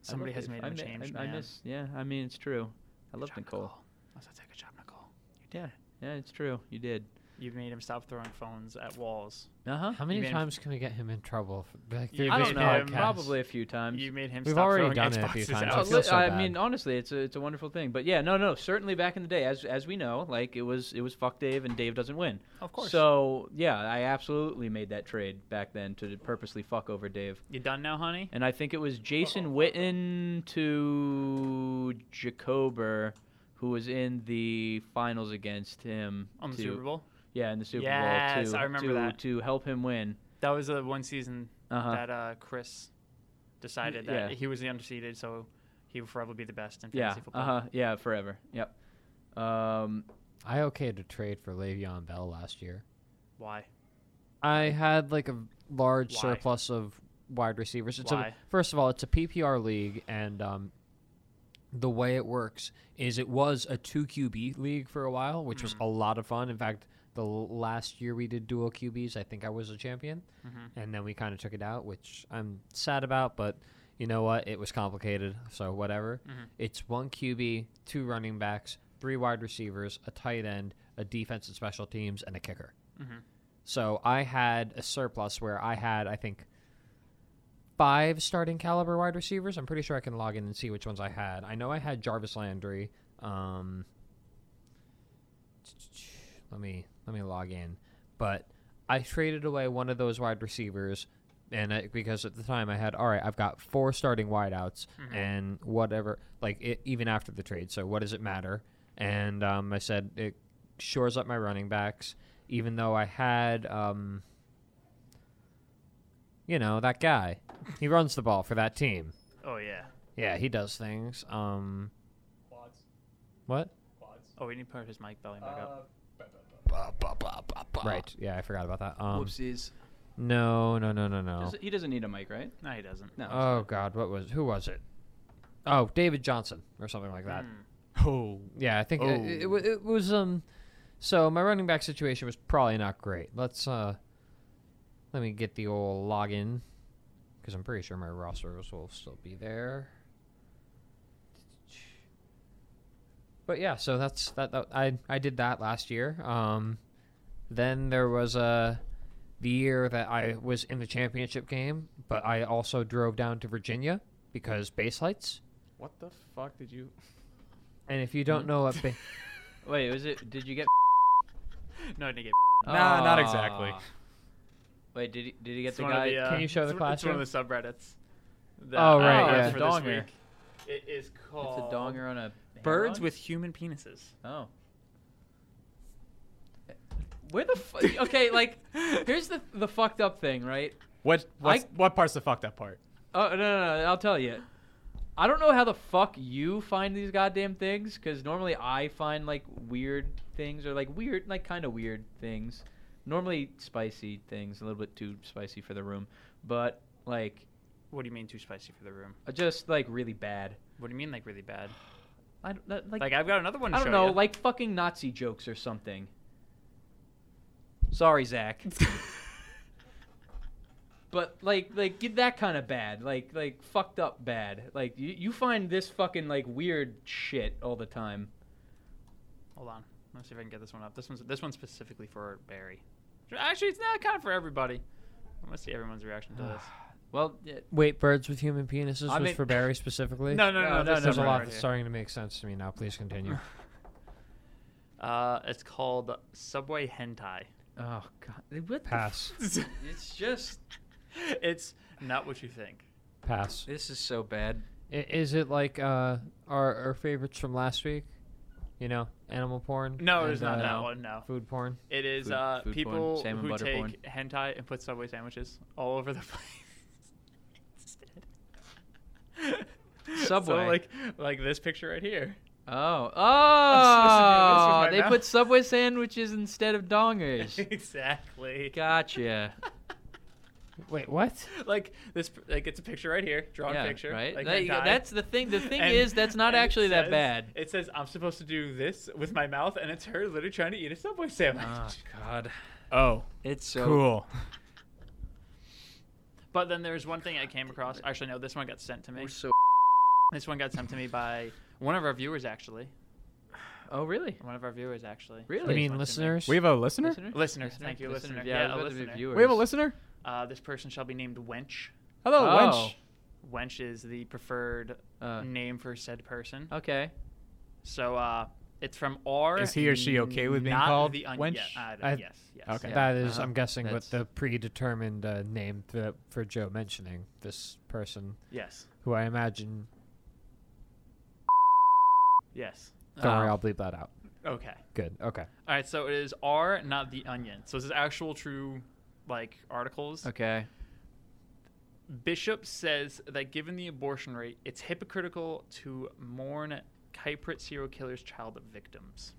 B: I
D: Somebody
B: love
D: has
B: Dave.
D: made
B: I
D: him
B: mi-
D: change,
B: I, I
D: man.
B: miss. Yeah, I mean it's true. I love Nicole.
D: I said, take a job, Nicole.
B: You did. Yeah, it's true. You did.
D: You've made him stop throwing phones at walls.
B: Uh huh.
A: How many
D: You mean-
A: times can we get him in trouble? For, like, through
D: I
A: this
D: don't know,
A: podcast?
B: Probably a few times.
D: You made him.
A: We've
D: stop
A: already
D: throwing
A: done it a few
D: Xboxes
A: times.
B: Oh,
A: I
D: Out.
A: feel
B: li-
A: so
B: I
A: bad.
B: mean, honestly, it's a it's a wonderful thing. But yeah, no, no, certainly back in the day, as as we know, like it was it was fuck Dave and Dave doesn't win.
D: Of course.
B: So yeah, I absolutely made that trade back then to purposely fuck over Dave.
D: you done now, honey?
B: And I think it was Jason Witten to Jacober, who was in the finals against him
D: On the
B: to-
D: Super Bowl.
B: Yeah, in the Super
D: Yes,
B: Bowl. To,
D: I remember
B: to,
D: that.
B: to help him win.
D: That was the one season
B: Uh-huh.
D: that uh, Chris decided
B: Y-
D: that
B: yeah.
D: he was the undefeated, so he would forever be the best in
B: Yeah.
D: fantasy football.
B: Uh huh. Yeah. Forever. Yep. Um,
A: I okayed a trade for Le'Veon Bell last year.
D: Why?
A: I had like a large
D: Why?
A: surplus of wide receivers. It's
D: Why?
A: A, first of all, it's a PPR league, and um, the way it works is it was a two QB league for a while, which
D: Mm-hmm.
A: was a lot of fun. In fact, the l- last year we did dual QBs, I think I was a champion,
D: Mm-hmm.
A: and then we kind of took it out, which I'm sad about, but. You know what? It was complicated, so whatever. Mm-hmm. It's one QB, two running backs, three wide receivers, a tight end, a defense and special teams, and a kicker.
D: Mm-hmm.
A: So I had a surplus where I had, I think, five starting caliber wide receivers. I'm pretty sure I can log in and see which ones I had. I know I had Jarvis Landry. Um, let me let me log in. But I traded away one of those wide receivers, and I, because at the time I had, all right, I've got four starting wideouts and whatever, like it, even after the trade. So what does it matter? And um, I said it shores up my running backs, even though I had. Um, you know that guy. He runs the ball for that team.
D: Oh yeah.
A: Yeah, he does things. Um, what?
D: Oh, we need to put his mic belly back up.
B: Uh,
A: Right. Yeah, I forgot about that. Um,
B: whoopsies.
A: no, no, no, no, no.
B: Does- He doesn't need a mic, right?
D: No, he doesn't.
B: No.
A: Oh God, what was? Who was it? Oh, David Johnson or something like that.
D: Hmm.
C: Oh,
A: Yeah, I think it, it,
C: Oh.
A: wa- it was. Um, so my running back situation was probably not great. Let's uh, let me get the old login because I'm pretty sure my rosters will still be there. But yeah, so that's that. that I I did that last year. Um, then there was a the year that I was in the championship game, but I also drove down to Virginia because base lights.
C: what the fuck did you?
A: And if you don't know what ba-
B: Wait, was it? Did you get?
D: No, I didn't get.
C: Nah, not exactly.
B: Aw. Wait, did he, did he get
D: It's
B: the
D: one of
B: guy?
D: the, uh,
A: Can you show
D: it's
A: the
D: one- It's one
A: classroom?
D: of the subreddits. that
A: Oh,
D: I
A: right,
D: found
A: yeah.
D: for
B: It's a
D: this
B: donger.
D: week. It is called.
B: it's a donger on a
D: Birds
B: hand-on?
D: with human penises.
B: Oh. Where the fuck? Okay, like here's the the fucked up thing, right?
C: What what's,
B: I-
C: what part's the fucked up part?
B: Oh no, no, no, I'll tell you. I don't know how the fuck you find these goddamn things, because normally I find like weird things or like weird, like kind of weird things. Normally spicy things, a little bit too spicy for the room, but like uh,
D: What do you mean too spicy for the room?
B: just like really bad.
D: What do you mean like really bad?
B: I don't, that- like,
D: Like I've got another one. To
B: I don't
D: show
B: know,
D: you.
B: like fucking Nazi jokes or something. Sorry, Zach. but like like get that kind of bad, like like fucked up bad. Like you, you find this fucking like weird shit all the time.
D: Hold on. Let me see if I can get this one up. This one's this one's specifically for Barry. Actually, it's not kind of for everybody. I want to see everyone's reaction to this.
B: Well, yeah,
A: Wait, birds with human penises
B: I
A: was
B: mean-
A: for Barry specifically.
D: No, no,
B: No,
D: no, no.
B: no,
D: This
B: no,
A: there's
D: is
A: a
B: no,
A: lot
D: right
A: that's
D: here.
A: starting to make sense to me now. Please continue.
D: Uh, it's called Subway Hentai.
B: oh god, what the
A: Pass,
B: f- it's just
D: it's not what you think.
A: pass.
B: this is so bad.
A: I- Is it like uh, our our favorites from last week? You know, animal porn.
D: No,
A: and,
D: it's not
A: uh,
D: that one. No,
A: Food porn.
D: it is
B: Food-
D: uh,
B: food porn,
D: people
B: salmon
D: who
B: butter
D: take
B: porn.
D: hentai and put Subway sandwiches all over the place.
B: Subway.
D: so like like this picture right here.
B: Oh,
D: was
B: oh!
D: supposed to do this with my
B: They
D: mouth.
B: put Subway sandwiches instead of dongers.
D: exactly.
B: gotcha.
A: Wait, what?
D: Like this, like it's a picture right here, drawn
B: yeah,
D: picture.
B: right?
D: Like,
B: There
D: that
B: you go.
D: guy.
B: That's the thing. The thing
D: And-
B: is, that's not
D: and it
B: actually that
D: says-
B: bad.
D: It says I'm supposed to do this with my mouth, and it's her literally trying to eat a Subway sandwich.
B: Ah. God,
C: Oh,
B: it's so
C: cool.
D: But then there's one thing I came across. Actually, no, this one got sent to me.
B: We're so.
D: This one got sent to me by one of our viewers, actually.
B: Oh, really?
D: One of our viewers, actually.
B: Really?
A: You mean
D: Sent to me.
A: listeners?
C: We have a listener?
D: Listeners, thank you, listener.
B: Yeah,
D: Yeah,
B: I
D: a
B: was about to be
D: listener.
B: viewers.
C: We have a listener?
D: Uh, this person shall be named Wench.
C: Hello,
B: Oh.
C: Wench.
D: Wench is the preferred
B: Uh,
D: name for said person.
B: okay.
D: So uh, it's from R.
C: Is he or she okay with being
D: not
C: called
D: the un-
C: wench?
D: Yeah, uh,
A: I-
D: yes, yes.
C: Okay.
A: That
B: Yeah,
A: is,
B: uh-huh.
A: I'm guessing, what the
B: That's-
A: predetermined uh, name th- for Joe mentioning this person,
D: Yes.
A: who I imagine.
D: Yes. Uh,
A: Don't
B: Oh.
A: worry, I'll bleep that out.
D: Okay.
A: Good. Okay.
D: All right. So it is R, not the onion. So this is actual true, like articles.
B: Okay.
D: Bishop says that given the abortion rate, it's hypocritical to mourn Kuipert serial killer's child victims.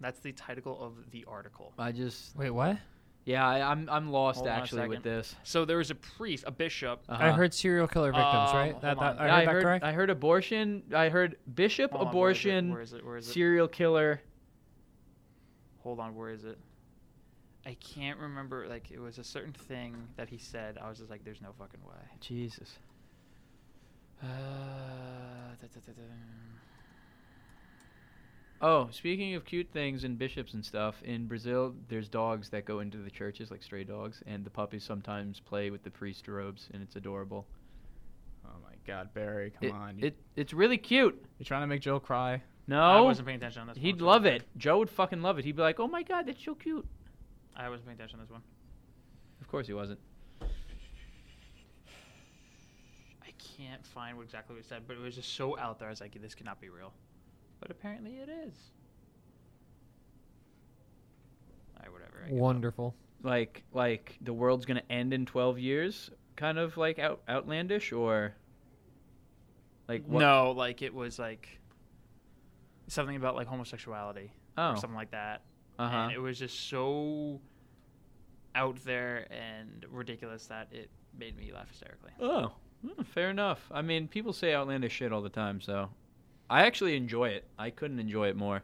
D: That's the title of the article.
B: I just.
A: Wait, what?
B: Yeah, I, I'm I'm lost
D: Hold on a
B: actually with
D: second.
B: this.
D: So there was a priest, a bishop.
A: I
B: Uh-huh.
A: heard serial killer victims,
D: Um,
A: right?
D: hold
A: That,
D: on.
A: that, I
B: Yeah,
A: heard that correct?
B: I heard abortion. I heard bishop,
D: Hold on, where is it?
B: abortion,
D: Where is it? Where is it?
B: serial killer.
D: Hold on, where is it? I can't remember. Like it was a certain thing that he said. I was just like, "There's no fucking way."
B: Jesus.
D: Uh, da, da, da, da.
B: Oh, speaking of cute things and bishops and stuff, in Brazil, there's dogs that go into the churches, like stray dogs, and the puppies sometimes play with the priest robes, and it's adorable.
C: Oh my God, Barry, come
B: It-
C: on! You,
B: It, it's really cute.
C: you're trying to make Jill cry.
D: I
B: No,
D: wasn't paying attention on this. one,
B: he'd
D: so-
B: love it. Joe would fucking love it. He'd be like, "Oh my god, that's so cute."
D: I wasn't paying attention on this one.
B: Of course he wasn't.
D: I can't find what exactly what he said, but it was just so out there. I was like, "This cannot be real," but apparently it is. All right, whatever. I give up.
A: Wonderful.
B: Like, like the world's gonna end in 12 years, kind of like out, outlandish, or like what?
D: no, like it was like something about like homosexuality
B: Oh,
D: or something like that.
B: uh huh.
D: and it was just so out there and ridiculous that it made me laugh hysterically.
B: Oh, hmm, fair enough. I mean, people say outlandish shit all the time, so I actually enjoy it. I couldn't enjoy it more.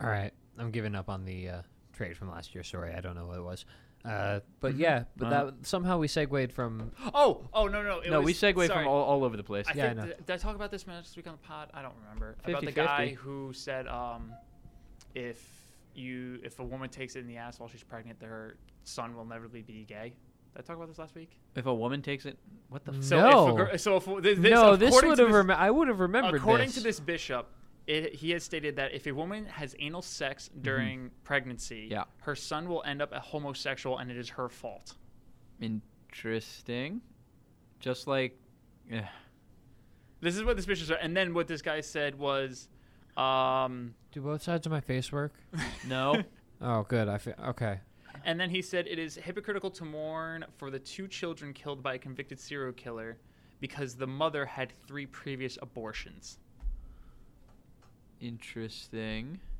A: All right. I'm giving up on the uh, trade from last year. Sorry, I don't know what it was. Uh, but
D: Mm-hmm.
A: yeah, but
B: Uh-huh.
A: that somehow we segued from.
D: Oh, oh no, no, it
B: no,
D: was,
B: we segue
D: sorry.
B: from all, all over the place.
D: I
A: Yeah, I
D: think
A: know.
D: th- did I talk about this last week on the pod? I don't remember about
B: 50-50.
D: the guy who said um, if you if a woman takes it in the ass while she's pregnant, her son will never be, be gay. Did I talk about this last week?
B: if a woman takes it, what the? F-
D: So if
A: No.
D: a gir- so if, this, this,
A: no, this
D: according
A: would
D: to
A: have. Rem- I would have remembered.
D: According to this bishop, it, he has stated that if a woman has anal sex
A: Mm-hmm.
D: during pregnancy,
B: Yeah.
D: her son will end up a homosexual, and it is her fault.
B: Interesting. Just like, eh,
D: This is what this bishop said. And then what this guy said was, um,
A: Do both sides of my face work?
B: no.
A: Oh, good. I feel okay.
D: and then he said it is hypocritical to mourn for the two children killed by a convicted serial killer because the mother had three previous abortions.
B: Interesting.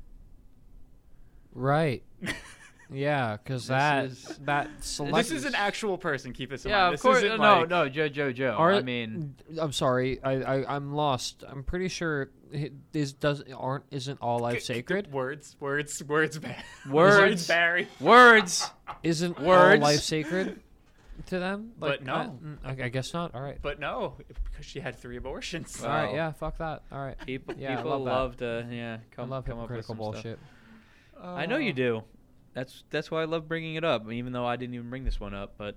A: Right. Yeah, because
B: This
A: that
B: is-
A: that
D: this
A: select.
D: is an actual person. Keep this in
B: yeah,
D: mind.
B: of
D: This
B: course.
D: isn't
B: no,
D: like-
B: no, Joe, Joe, Joe.
A: Are-
B: I mean,
A: I'm sorry. I, I I'm lost. I'm pretty sure hi- is does aren't isn't all life sacred?
D: Words, words, words, Barry.
B: Words.
D: Barry.
B: words.
A: Isn't
B: Words.
A: all life sacred to them?
D: But
A: I-
D: no.
A: mm, I, I guess not. All right.
D: But no, because she had three abortions.
A: All right.
B: Wow.
A: Yeah. Fuck that. All right.
B: People,
A: Yeah, I
B: Oh. people
A: love that.
B: love to, yeah, come,
A: I love
B: come up with
A: hypocritical
B: some stuff.
A: bullshit.
B: I know you do. That's that's why I love bringing it up, even though I didn't even bring this one up. But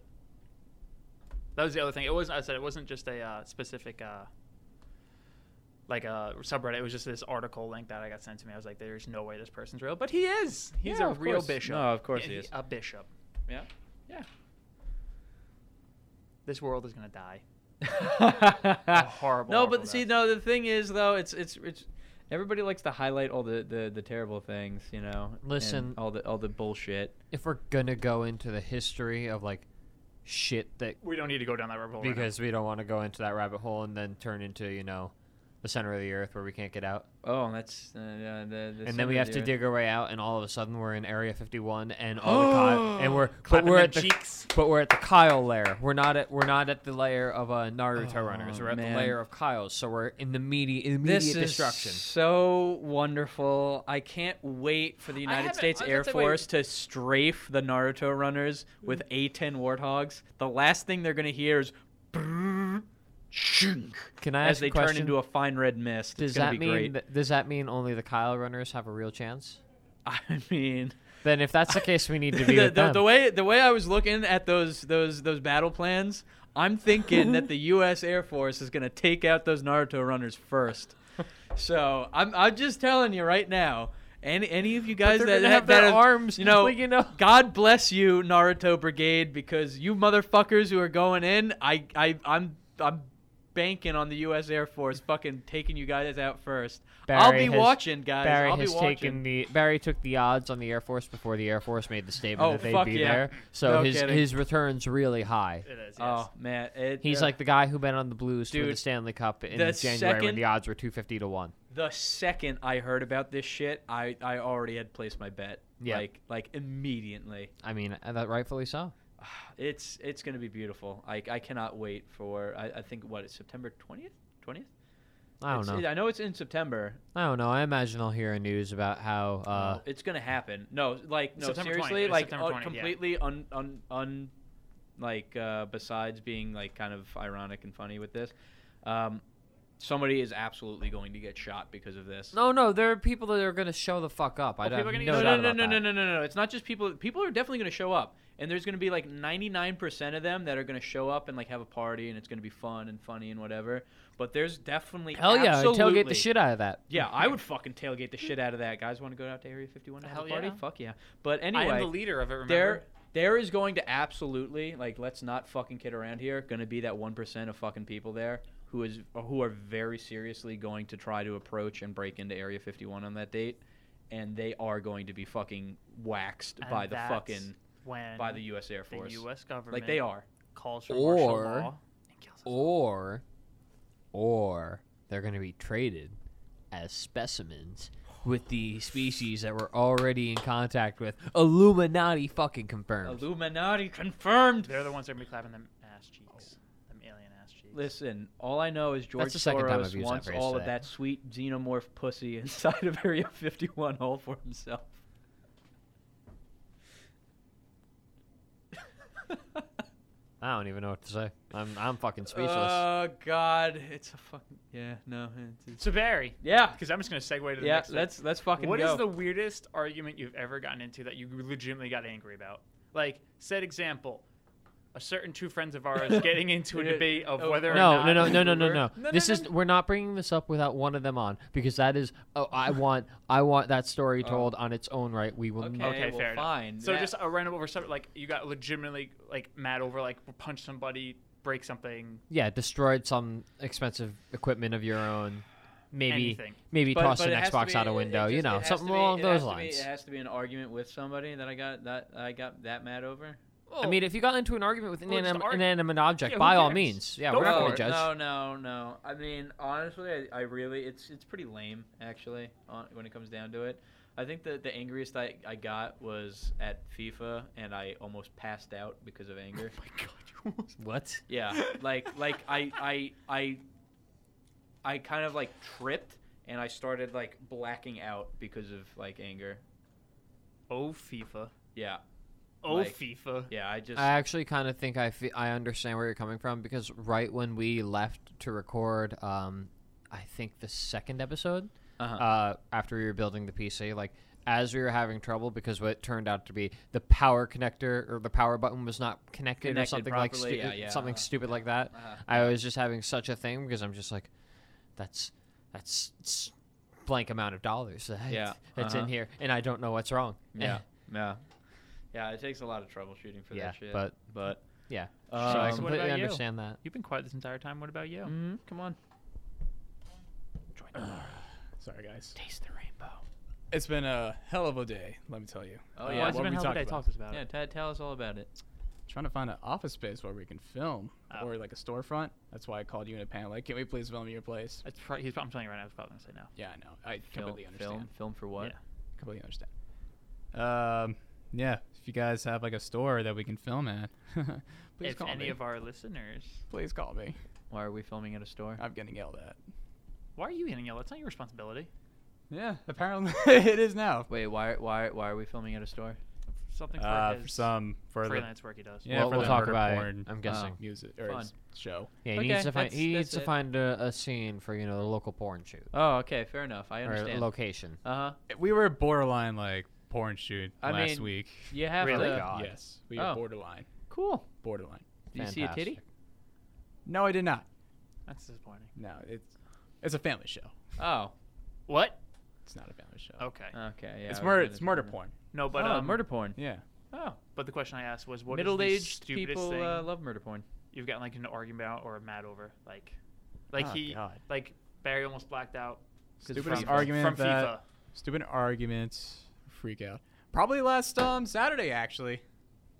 D: That was the other thing. It wasn't. I said it wasn't just a uh, specific, uh, like a subreddit. It was just this article link that I got sent to me. I was like, "There's no way this person's real," but he is. He's
B: Yeah,
D: a
B: of
D: real
B: course.
D: bishop.
B: No, of course he is.
D: A bishop.
B: yeah,
D: This world is gonna die.
B: yeah.
D: horrible,
B: No,
D: horrible
B: but see,
D: mess.
B: no. The thing is, though, it's it's it's everybody likes to highlight all the the, the terrible things, you know. and
A: Listen.
B: all the all the bullshit.
A: If we're gonna go into the history of like shit that
D: We don't need to go down that rabbit hole. right now.
A: because we don't want to go into that rabbit hole and then turn into you know the center of the earth where we can't get out.
B: Oh, that's uh, yeah, the, the
A: and then we
B: center
A: have to
B: there.
A: dig our way out, and all of a sudden we're in Area 51, and all the Kyle, and we're but we're at the
D: cheeks.
A: but we're at the Kyle layer. We're not at we're not at the layer of uh, Naruto
B: Oh,
A: runners. We're at
B: man.
A: the layer of Kyle's, so we're in the media, immediate
B: This is
A: destruction.
B: so wonderful. I can't wait for the United
D: haven't-
B: States
D: I was
B: Air
D: about to say, wait.
B: Force to strafe the Naruto runners
A: Hmm.
B: with A-10 warthogs. The last thing they're gonna hear is brrrr, shunk,
A: Can I ask
B: as
A: a
B: they
A: question?
B: turn into a fine red mist.
A: does
B: it's gonna
A: that
B: be
A: mean
B: great.
A: that- does that mean only the Kyle runners have a real chance?
B: I mean,
A: Then if that's the case, we need to be
B: the,
A: with
B: the-
A: them.
B: the way the way I was looking at those those those battle plans, I'm thinking that the U.S. Air Force is gonna take out those Naruto runners first. So I'm I'm just telling you right now. Any any of you guys
A: they're
B: that
A: gonna have
B: that
A: their arms,
B: you know,
A: like, you know.
B: God bless you, Naruto Brigade, because you motherfuckers who are going in, I I I'm I'm banking on the U.S. Air Force fucking taking you guys out first. I'll
A: Barry
B: be
A: has-
B: watching, guys.
A: Barry
B: I'll be
A: has
B: watching.
A: taken the Barry took the odds on the Air Force before the Air Force made the statement
B: Oh,
A: that they'd
B: fuck
A: be
B: yeah.
A: there. So
B: No
A: his
B: kidding.
A: his return's really high.
D: It is. Yes.
B: Oh man, it,
A: He's
B: uh,
A: like the guy who bet on the Blues for the
B: Dude,
A: Stanley Cup in
B: the
A: January when
B: second-
A: the odds were 250 to 1.
B: the second I heard about this shit, I, I already had placed my bet.
A: Yeah.
B: Like like immediately.
A: I mean, and that rightfully so.
B: It's it's gonna be beautiful. I, I cannot wait for I, I think what it's September twentieth? Twentieth?
A: I don't know.
B: I know it's in September.
A: I don't know. I imagine I'll hear news about how uh,
B: it's gonna happen. No, like no
D: September 20th.
B: seriously,
D: It's
B: like
D: September
B: uh,
D: 20th, yeah.
B: completely un un un like uh, besides being like kind of ironic and funny with this. Um, somebody is absolutely going to get shot because of this.
A: No, no, there are people that are going to show the fuck up. I
B: Oh,
D: people
A: have
D: are gonna get
A: no
D: shot
A: doubt
B: no, no,
A: about
B: no,
A: that.
B: no, no, no, no. It's not just people. People are definitely going to show up, and there's going to be like 99% of them that are going to show up and like have a party, and it's going to be fun and funny and whatever. But there's definitely
A: Hell yeah, I'd
B: absolutely-
A: tailgate the shit out of that.
B: Yeah, I would fucking tailgate the shit out of that. Guys, want to go out to Area 51 to have
D: Hell
B: a party?
D: yeah.
B: Fuck yeah. But
D: I am the
B: anyway,
D: leader of it. Remember?
B: there there is going to absolutely like let's not fucking kid around here. Going to be that one percent of fucking people there who is who are very seriously going to try to approach and break into Area 51 on that date, and they are going to be fucking waxed
D: And
B: by the
D: that's
B: fucking
D: when
B: by the U.S. Air
D: the
B: Force.
D: U.S. government
B: like they are.
D: calls for martial
A: Or-
D: law and kills us all.
A: Or, or they're going to be traded as specimens with the species that we're already in contact with. Illuminati fucking confirmed.
B: Illuminati confirmed.
D: They're the ones that are gonna be clapping them ass cheeks, them alien ass cheeks.
B: Oh. Listen, all I know is George
A: the second time I've
B: Soros
A: used that
B: wants
A: phrase
B: all of
A: today.
B: that sweet xenomorph pussy inside of Area 51 all for himself.
A: I don't even know what to say. I'm I'm fucking speechless.
B: Oh God, it's a fucking yeah. No, it's, it's-
D: So Barry,
B: yeah,
D: because I'm just gonna segue to the
B: yeah.
D: next.
B: Let's let's fucking
D: What
B: go.
D: is the weirdest argument you've ever gotten into that you legitimately got angry about? Like, said example, a certain two friends of ours getting into a
B: Yeah.
D: debate of
B: Oh,
D: whether or
A: no,
D: not
A: no, no, no, no, no,
B: Uber.
A: no,
B: No,
A: This
B: no,
A: is
B: no,
A: we're not bringing this up without one of them on because that is. Oh, I want, I want that story told on its own right. We will.
B: Oh. okay,
A: not-
D: Okay,
B: well,
D: fair enough.
B: fine.
D: So
B: That-
D: just a random over something like you got legitimately like mad over like punch somebody, break something.
A: yeah, destroyed some expensive equipment of your own. Maybe,
D: Anything.
A: maybe
B: but-
A: toss
B: but
A: an
B: it has to
A: Xbox
B: be-
A: out a
B: it- it
A: window.
B: just-
A: you
B: it
A: know,
B: has
A: something
B: to be-
A: along
B: it
A: those
B: has to be-
A: lines.
B: it has to be an argument with somebody that I got that I got that mad over.
A: I mean, if you got into an argument with an
D: Oh. Well, just
A: inanimate,
D: argue.
A: inanimate object,
D: Yeah, who
A: by all
D: cares?
A: means, yeah,
D: Go
A: we're not
D: for
A: going to
D: it.
A: judge.
B: No, no, no. I mean, honestly, I, I really, it's it's pretty lame actually. On, when it comes down to it, I think that the angriest I, I got was at FIFA, and I almost passed out because of anger.
D: Oh my god, you almost
A: What?
B: yeah, like like I I I I kind of like tripped, and I started like blacking out because of like anger.
D: Oh FIFA.
B: Yeah,
D: Oh
B: Like-
D: FIFA.
B: yeah. I just
A: I actually kind of think I fe- I understand where you're coming from because right when we left to record, um, I think the second episode,
B: Uh-huh.
A: uh, after we were building the PC, like as we were having trouble because what turned out to be the power connector or the power button was not connected, or
B: Connected
A: something like
B: properly, yeah, yeah,
A: something
B: uh-huh.
A: stupid like that.
B: Uh-huh.
A: I was just having such a thing because I'm just like, that's that's s- blank amount of dollars that,
B: Yeah,
A: that's in
B: uh-huh.
A: here, and I don't know what's wrong.
B: yeah yeah yeah. It takes a lot of troubleshooting for
A: eh. Yeah,
B: that shit.
A: but-
B: but
A: yeah.
B: um,
A: so I
D: So what
A: completely
D: about you?
A: understand that.
D: You've been quiet this entire time. What about you?
B: mhm, come on.
C: Sorry, guys.
D: Taste the rainbow.
C: It's been a hell of a day, let me tell you.
B: Oh,
C: Uh,
B: yeah.
D: Why
B: What
D: has it been
C: we
D: how
C: talked
D: day?
C: about.
D: Talk to us about
B: Yeah,
D: it.
B: t- tell us all about it.
C: trying to find an office space where we can film
D: Oh.
C: or like a storefront. That's why I called you in a panic. Like, can we please film your place?
D: It's probably, he's, I'm telling you right now, he's probably gonna say no.
C: Yeah, I know. I
B: Film,
C: completely understand.
B: film, film for what?
D: Yeah.
C: Completely understand. Um, yeah. If you guys have like a store that we can film at, please
D: if
C: call
D: any
C: me.
D: of our listeners,
C: please call me.
B: Why are we filming at a store?
C: I'm getting yelled at.
D: why are you getting yelled? It's not your responsibility.
C: Yeah, apparently it is now.
B: Wait, why why why are we filming at a store?
D: Something for
C: Uh,
D: his
C: for some for the
D: freelance work he does.
C: yeah,
A: We'll-
C: for
A: we'll
C: the
A: talk
C: murder
A: about it,
C: porn,
A: I'm
C: uh,
A: guessing.
C: music or
B: Fun.
C: s- show.
A: Yeah, he
B: Okay,
A: needs to find
B: that's-
A: he
B: that's
A: needs to
B: it.
A: find a, a scene for you know the local porn shoot
B: Oh, okay, fair enough. I
A: or a
B: understand.
A: location.
B: uh huh.
C: We were borderline like porn shoot
B: I
C: last
B: mean,
C: week.
B: You have
A: Really?
B: to.
A: God.
C: Yes, we were
B: Oh.
C: borderline,
B: Cool.
C: borderline.
B: Do you see a titty?
C: No, I did not.
D: That's disappointing.
C: No, it's it's a family show.
B: Oh,
D: What?
C: It's not a family show.
D: Okay.
B: okay. Yeah.
C: it's
B: I was
C: murder.
B: gonna
C: It's
B: say
C: murder
B: no.
C: porn.
D: no, but
B: oh,
D: um,
B: murder porn.
C: Yeah.
B: Oh,
D: But the question I asked was, what is the
B: middle-aged
D: stupidest
B: people
D: thing
B: uh, love murder porn.
D: you've gotten like in an argument about or a mad over? Like, like
C: Oh,
D: he,
C: God.
D: like Barry almost blacked out.
B: 'Cause
C: Stupidest
B: from-
C: argument
D: from
C: that-
D: FIFA.
C: Stupid arguments. Freak out. Probably last um Saturday actually.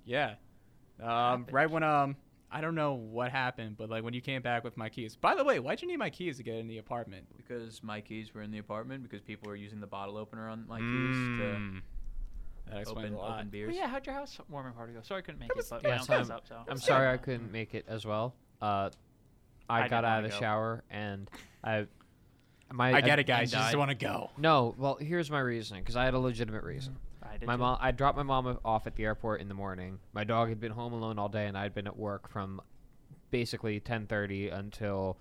C: Yeah. Um,
D: happened?
C: right when um I don't know what happened, but like when you came back with my keys. By the way, why'd you need my keys to get in the apartment?
B: Because my keys were in the apartment because people were using the bottle opener on my keys
C: Mm. That
B: to
C: explains
B: Hmm. open,
C: a lot.
B: open
D: Oh,
B: beers.
D: yeah, how'd your house warming party go? Sorry, I couldn't make it. But
A: yeah,
D: my
A: so
D: uncle was
A: I'm-
D: up, so
A: I'm
D: I-
A: sorry I couldn't make it as well. Uh, I,
D: I
A: got
D: didn't
A: out
D: wanna
A: of the
D: go.
A: shower and I my
C: I get it, guys.
B: and
C: You just
B: I-
C: want to go.
A: No, well, here's my reasoning because I had a legitimate reason.
D: I did
A: My
D: too.
A: mom, I dropped my mom off at the airport in the morning. My dog had been home alone all day, and I'd been at work from basically 10:30 until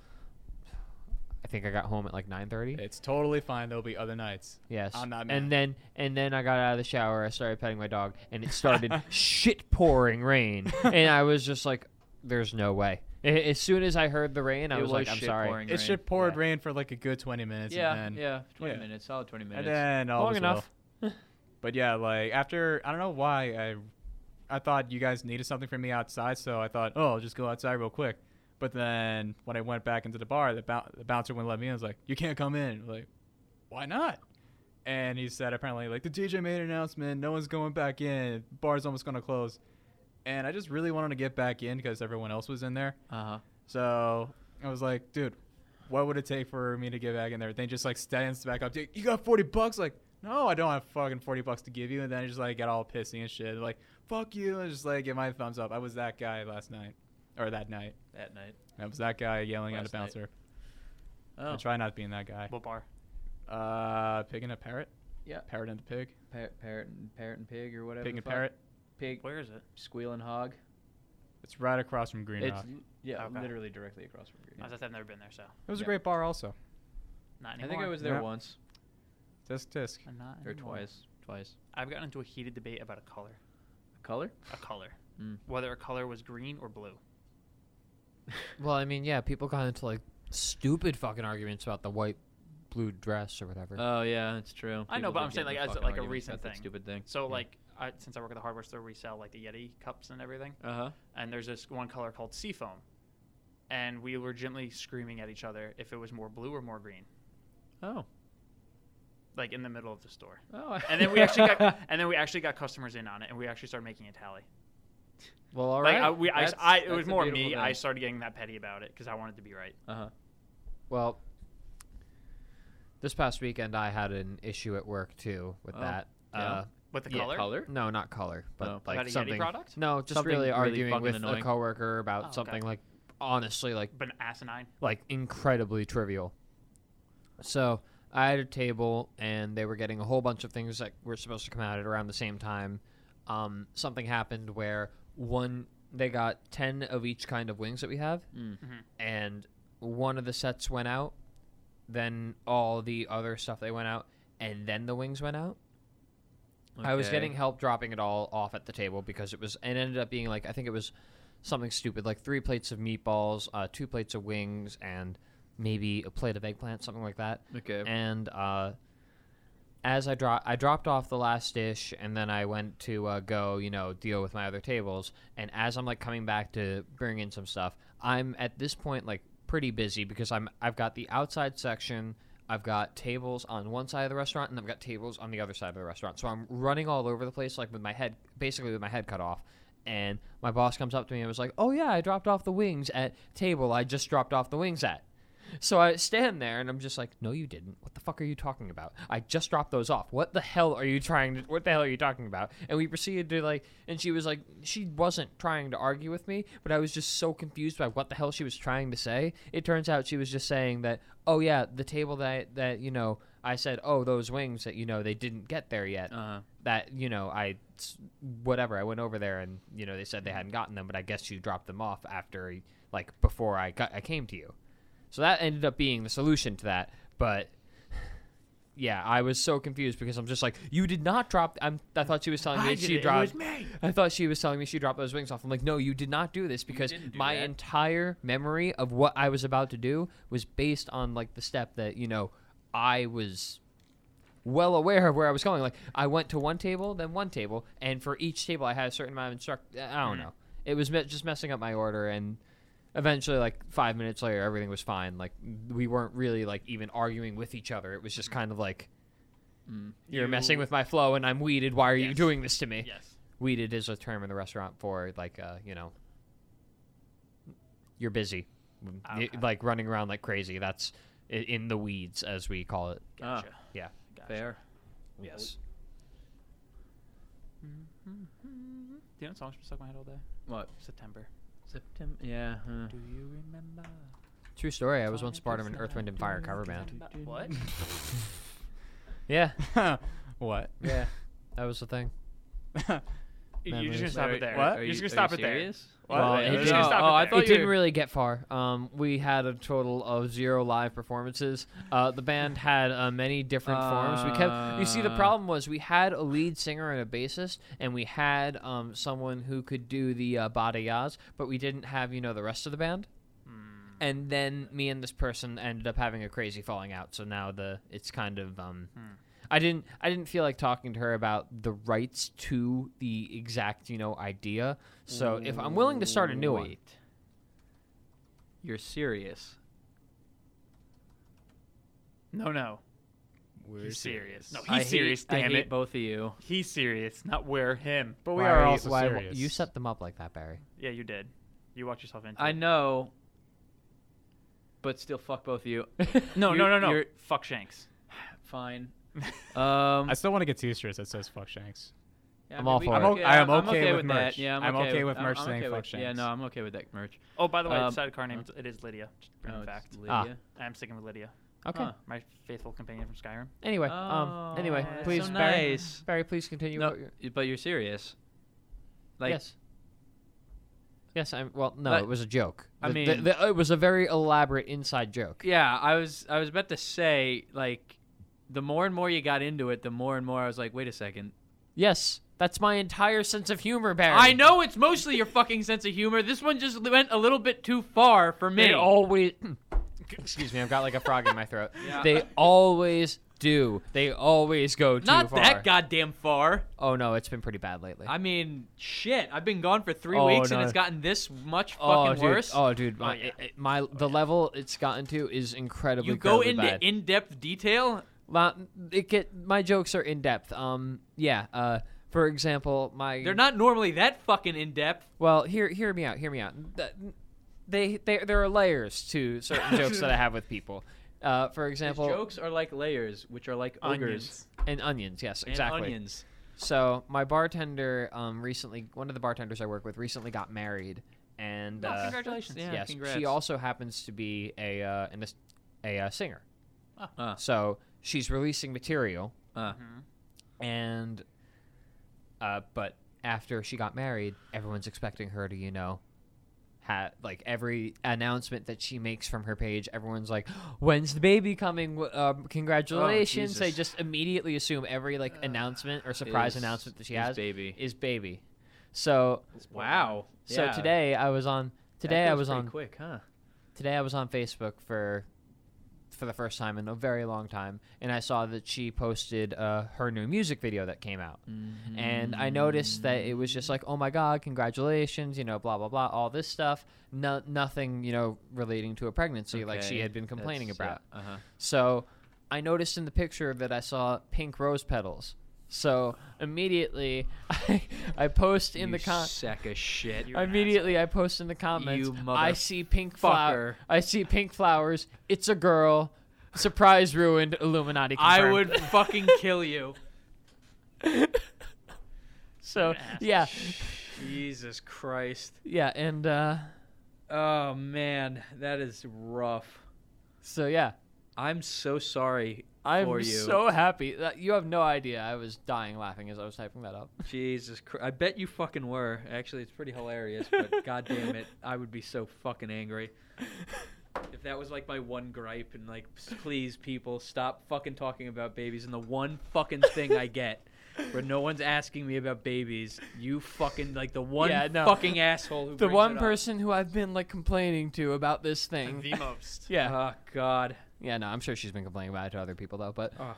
A: I think I got home at like 9:30.
C: It's totally fine. There'll be other nights.
A: Yes.
C: I'm not
A: And
C: mad.
A: then and then I got out of the shower. I started petting my dog, and it started shit pouring rain, and I was just like, "There's no way." A- As soon as I heard the rain, I
B: It
A: was,
B: was
A: like, "I'm
B: shit
A: sorry."
B: pouring.
C: It
B: rain.
C: should poured
B: Yeah.
C: rain for like a good 20 minutes.
B: Yeah,
C: and then,
B: yeah, 20
C: yeah.
B: minutes, solid 20 minutes.
C: And then all
A: Long
C: was
A: enough.
C: well. But yeah, like after I don't know why I, I thought you guys needed something from me outside, so I thought, oh, I'll just go outside real quick. But then when I went back into the bar, the, bou- the bouncer wouldn't let me in. I was like, you can't come in. I'm like, why not? And he said apparently like the DJ made an announcement, no one's going back in, bar's almost gonna close. And I just really wanted to get back in because everyone else was in there.
B: uh huh.
C: So I was like, dude, what would it take for me to get back in there? Then he just like stands back up, dude, you got 40 bucks? Like, no, I don't have fucking 40 bucks to give you. And then I just like got all pissy and shit. Like, fuck you. And just like give my thumbs up. I was that guy last night or that night.
B: That night.
C: I was that guy yelling at a
B: Last night.
C: bouncer.
B: Oh,
C: I try not being that guy.
D: What bar?
C: Uh, pig and a parrot.
B: Yeah.
C: Parrot and the pig.
B: Par- parrot, and, parrot and pig or whatever.
C: Pig
B: the
C: and
B: fuck.
C: parrot.
B: Pig,
D: Where is it?
B: squealing hog.
C: It's right across from Green
B: It's
C: Rock.
B: l- yeah,
D: Okay.
B: literally directly across from Green.
D: I
B: Rock.
D: was at that, I've never been there, so
C: It was
B: yeah.
C: a great bar also.
D: not
B: I
D: anymore.
B: think I was there
C: Yeah.
B: once
C: Tisk tisk.
D: I'm Not
B: or
D: anymore.
B: twice. Twice.
D: I've gotten into a heated debate about a color.
B: Color?
D: A color.
B: Mm.
D: Whether a color was green or blue.
A: Well, I mean, yeah, people got into like stupid fucking arguments about the white blue dress or whatever.
B: Oh yeah, it's true.
D: I know,
B: People
D: but
B: did
D: I'm saying,
B: get in
D: like, as,
B: fucking
D: like, a
B: arguments
D: recent
B: about that
D: thing.
B: Stupid thing.
D: So like, I, since I work at the hardware store, we sell like the Yeti cups and everything.
B: Uh huh.
D: And there's this one color called seafoam, and we were gently screaming at each other if it was more blue or more green,
B: Oh.
D: like in the middle of the store.
B: Oh. I-
D: And then we actually got, and then we actually got customers in on it, and we actually started making a tally.
A: well, all
D: like
A: right.
D: I, we, I,
B: That's-
D: I, it
B: that's
D: was
B: a
D: more me.
B: beautiful
D: I
B: thing.
D: started getting that petty about it because I wanted to be right.
B: Uh huh.
A: Well, this past weekend I had an issue at work too with
B: Oh,
A: that.
B: yeah?
A: Uh,
D: With the
B: Yeah,
D: color,
B: color?
A: no, not color, but
B: Oh.
A: like
D: About a Yeti
A: something.
D: product?
A: No, just
B: Something
A: really
B: really
A: arguing
B: fucking
A: with a
B: annoying.
A: coworker about
D: Oh, okay.
A: something like honestly like
D: but an asinine.
A: like incredibly trivial. So I had a table, and they were getting a whole bunch of things that were supposed to come out at around the same time. Um, something happened where one they got ten of each kind of wings that we have,
B: Mm.
D: Mhm.
A: and one of the sets went out. Then all the other stuff they went out, and then the wings went out. I was
B: Okay.
A: getting help dropping it all off at the table because it was it ended up being like I think it was something stupid like three plates of meatballs, uh, two plates of wings, and maybe a plate of eggplant, something like that.
B: Okay.
A: And uh, as I dro- I dropped off the last dish, and then I went to uh, go, you know, deal with my other tables. And as I'm like coming back to bring in some stuff, I'm at this point like pretty busy because I'm I've got the outside section. I've got tables on one side of the restaurant and I've got tables on the other side of the restaurant. So I'm running all over the place, like with my head, basically with my head cut off. and my boss comes up to me and was like, "Oh yeah, I dropped off the wings at table. I just dropped off the wings at." So I stand there and I'm just like, "No, you didn't. What the fuck are you talking about? I just dropped those off. What the hell are you trying to? What the hell are you talking about?" And we proceeded to like, and she was like, she wasn't trying to argue with me, but I was just so confused by what the hell she was trying to say. It turns out she was just saying that, "Oh yeah, the table that that you know." I said, "Oh, those wings that you know they didn't get there yet."
B: Uh-huh.
A: that you know I s- whatever I went over there and you know they said they hadn't gotten them, but I guess you dropped them off after like before I got, I came to you. So that ended up being the solution to that, but yeah, I was so confused because I'm just like, you did not drop. I'm, I thought she was telling me
D: I did
A: she
D: it. It
A: dropped.
D: was me.
A: I thought she was telling me she dropped those wings off. I'm like, no, you did not do this because
B: didn't do
A: my
B: that.
A: entire memory of what I was about to do was based on like the step that you know I was well aware of where I was going. Like I went to one table, then one table, and for each table I had a certain amount of instruct. I don't know. It was me- just messing up my order, and eventually, like five minutes later, everything was fine. Like we weren't really like even arguing with each other. It was just kind of like.
B: Mm,
A: You're messing
D: You-
A: with my flow, and I'm weeded. Why are you
D: Yes.
A: doing this to me?
D: Yes.
A: Weeded is a term in the restaurant for like, uh, you know, you're busy, Y-
D: okay.
A: like running around like crazy. That's i- in the weeds, as we call it.
B: Ah,
D: Gotcha.
A: Yeah.
D: gotcha.
B: fair.
A: Yes.
D: Do you know what song's been stuck in my head all day?
B: What?
D: September.
B: September? Yeah. huh.
D: Do you remember?
A: True story. I was once part of an Earth, Wind, and Fire cover band.
D: What?
A: Yeah,
C: what?
B: Yeah.
A: that was the thing.
D: You're
A: Memories.
D: just gonna stop
C: Wait,
D: it there.
C: what?
D: You're
B: Are
D: just
B: you-
D: gonna stop
B: are
D: it
B: you
D: there.
B: serious?
C: What?
A: Well,
C: Wait,
A: it
D: You're
C: no,
D: just gonna
A: didn't-
D: stop
A: oh,
D: it
A: I
D: there.
A: thought
D: It
A: it
D: didn't
A: didn't really get far. Um, we had a total of zero live performances. Uh, the band had uh, many different forms. We kept. You see, the
B: Uh.
A: problem was we had a lead singer and a bassist, and we had um, someone who could do the uh, badayas, but we didn't have you know the rest of the band.
C: Hmm.
A: And then me and this person ended up having a crazy falling out. So now the it's kind of um, I didn't I didn't feel like talking to her about the rights to the exact you know idea. So if I'm willing to start a new one,
B: Wait. You're serious.
D: No, no.
C: We're
D: he's serious. No,
C: Oh, serious.
D: he's
B: I hate-
D: serious.
B: I
D: damn
B: hate
D: it.
B: both of you.
D: He's serious, not we're him.
C: But we
A: Why
C: are
A: you-
C: also
A: why-
C: serious.
A: You set them up like that, Barry.
D: Yeah, you did. You walked yourself into.
B: I
D: it.
B: know. But still, fuck both of you.
D: No,
B: You-
D: no, no, no.
B: You're
D: Fuck Shanks.
B: fine. Um,
C: I still want to get t-shirts that says "fuck Shanks."
B: yeah,
A: I'm
B: maybe
A: all
B: we-
A: for
C: I'm it. o- I am
B: I'm
C: okay
B: okay
C: with
B: with that.
C: merch.
B: Yeah, I'm,
C: I'm okay with
B: I'm-
C: merch
B: I'm
C: saying
B: okay
C: fuck
B: with- Yeah,
C: Shanks.
B: no, I'm okay with that merch.
D: Oh, by the way,
B: Um,
D: the sidecar name
B: huh?
D: it is Lydia. Just a
B: Oh,
D: random
B: it's
D: fact.
A: Ah.
B: Lydia.
D: I'm sticking with Lydia,
A: Okay.
B: Huh.
D: my faithful companion from Skyrim.
A: Anyway, um, anyway,
D: Oh, that's
A: please,
D: so
A: Barry,
B: nice.
A: Barry, please continue.
B: no,
A: what you're-
B: but you're serious. Like,
A: yes. Yes, I'm. Well, no,
B: But-
A: it was a joke.
B: I
A: The- the-
B: mean-
A: the- it was a very elaborate inside joke.
B: yeah, I was I was about to say like, the more and more you got into it, the more and more I was like, wait a second.
A: Yes, that's my entire sense of humor, Barry.
B: I know it's mostly your fucking sense of humor. This one just went a little bit too far for me.
A: They always. Excuse me, I've got like a frog in my throat.
B: Yeah.
A: They always do. They always go too
B: Not
A: far.
B: that goddamn far.
A: Oh no, it's been pretty bad lately.
B: I mean, shit. I've been gone for three
A: Oh,
B: weeks
A: no.
B: and it's gotten this much
A: oh,
B: fucking
A: dude.
B: worse. Oh,
A: Oh, dude. My,
D: yeah.
A: it- it- my the level it's gotten to is incredibly.
B: you go
A: incredibly
B: into
A: bad.
B: in-depth detail.
A: La- it get my jokes are in depth. Um, yeah. Uh, for example, my
B: They're not normally that fucking in-depth.
A: Well, hear hear me out. Hear me out. Th- They they there are layers to certain jokes that I have with people. Uh, for example,
B: jokes are like layers, which are like ogres
D: Onions.
A: and onions. Yes,
B: and
A: exactly.
B: onions.
A: So my bartender, um, recently one of the bartenders I work with recently got married, and
D: Oh,
A: uh,
D: congratulations.
B: Yeah,
A: yes,
B: congrats.
A: she also happens to be a uh, an, as- a uh, singer.
B: Ah.
A: So she's releasing material
B: Uh,
A: and uh, but after she got married, everyone's expecting her to, you know, ha- like every announcement that she makes from her page, everyone's like, "When's the baby coming? W- Um, congratulations!" they
B: Jesus.
A: just immediately assume every like announcement or surprise
B: is-
A: announcement that she
B: is
A: has
B: baby.
A: is baby. So
B: wow.
A: so
B: Yeah,
A: today I was on
B: that
A: today I
B: goes
A: was
B: pretty
A: on
B: quick, huh?
A: today I was on Facebook for for the first time in a very long time, and I saw that she posted uh, her new music video that came out, and I noticed that it was just like, oh my god, congratulations, you know, blah blah blah, all this stuff, no, nothing, you know, relating to a pregnancy like she
B: Okay,
A: had been complaining
B: that's-
A: about.
B: yeah, uh-huh.
A: So I noticed in the picture that I saw pink rose petals. So immediately, I, I post in
B: you
A: the con.
B: sack of shit.
D: You-
A: Immediately, I post in the comments.
B: You
A: I
B: motherfucker.
A: see pink flower. I see pink flowers. It's a girl. Surprise ruined. Illuminati. Confirmed.
B: I would fucking kill you.
A: So
D: Ass.
A: yeah,
B: Jesus Christ.
A: yeah, and uh,
B: Oh man, that is rough.
A: so yeah,
B: I'm so sorry
A: I'm
B: for you.
A: so happy. That, you have no idea. I was dying laughing as I was typing that up.
B: Jesus Christ. I bet you fucking were. Actually, it's pretty hilarious, but god damn it, I would be so fucking angry. If that was like my one gripe and like s- please people stop fucking talking about babies and the one fucking thing I get where no one's asking me about babies, you fucking like the one
A: Yeah, no.
B: fucking asshole who
A: The
B: brings
A: one
B: it up.
A: person who I've been like complaining to about this thing.
D: the most.
A: yeah,
B: Oh god.
A: yeah, no, I'm sure she's been complaining about it to other people though, but
B: Oh.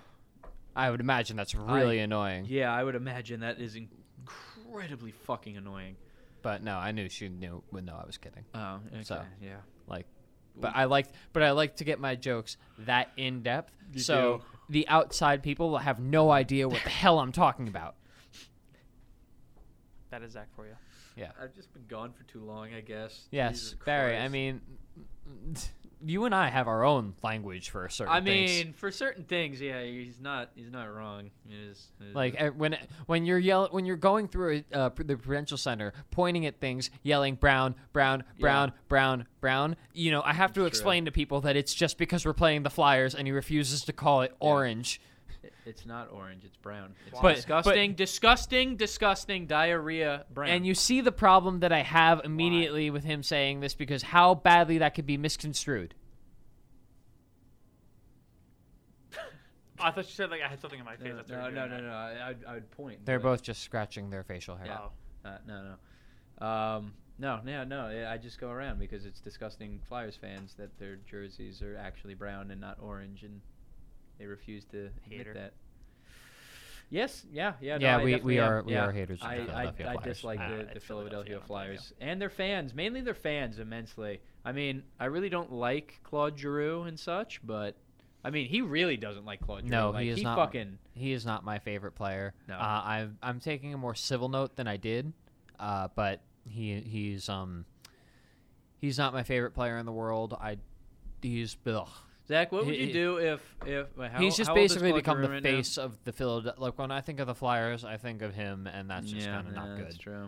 A: I would imagine that's really annoying.
B: Yeah, I would imagine that is incredibly fucking annoying.
A: But no, I knew she knew. Well, no, I was kidding.
B: Oh,
A: So-
B: yeah.
A: Like, but I liked, but I like to get my jokes that in depth,
B: You
A: so
B: do.
A: the outside people have no idea what the hell I'm talking about.
D: That is Zach for you.
B: I've just been gone for too long, I guess.
A: Yes,
B: Jesus
A: Barry. I
B: Christ.
A: mean, you and I have our own language for certain
B: I
A: things.
B: mean, for certain things, yeah, he's not he's not wrong. It is, it is-
A: Like eh, when when you're yell when you're going through a, uh, pr- the Prudential Center, pointing at things, yelling brown, brown, brown, brown, brown. You know, I have to
B: That's true.
A: explain to people that it's just because we're playing the Flyers, and he refuses to call it orange.
B: it- it's not orange, it's brown. It's
D: But-
B: disgusting, disgusting, disgusting diarrhea brown.
A: And you see the problem that I have immediately with him saying this because how badly that could be misconstrued.
D: I thought you said like I had something in my face.
B: no,
D: That's what
B: no,
D: you're
B: no, no,
D: doing that.
B: no, I, I'd- I would point.
A: They're
B: but,
A: both just scratching their facial hair.
D: Oh.
B: Yeah. Uh, no, no, um, no, no, no. yeah, I just go around because it's disgusting Flyers fans that their jerseys are actually brown and not orange, and they refuse to
D: Hater.
B: admit that. Yes, yeah, yeah. no,
A: Yeah,
B: I
A: we- we
B: definitely am,
A: are- we
B: yeah.
A: are haters of the
B: I, I,
A: Philadelphia
B: I
A: Flyers.
B: dislike
A: Ah,
B: the,
D: it's
B: the
D: Philadelphia,
B: Philadelphia
D: I'm with you.
B: Flyers and their fans, mainly their fans, immensely. I mean, I really don't like Claude Giroux and such, but I mean, he really doesn't like Claude Giroux.
A: No,
B: like,
A: he is not-
B: fucking.
A: He is not my favorite player.
B: No.
A: Uh, I'm I'm taking a more civil note than I did, uh, but he he's um he's not my favorite player in the world. I he's ugh.
B: Zach, what would
A: He-
B: you
A: he-
B: do if if well, how,
A: he's just
B: how old is
A: basically
B: Claude
A: become the
B: Giroux right now?
A: face of the Philadelphia. Like when I think of the Flyers, I think of him, and that's just kind of not
B: That's
A: good.
B: true.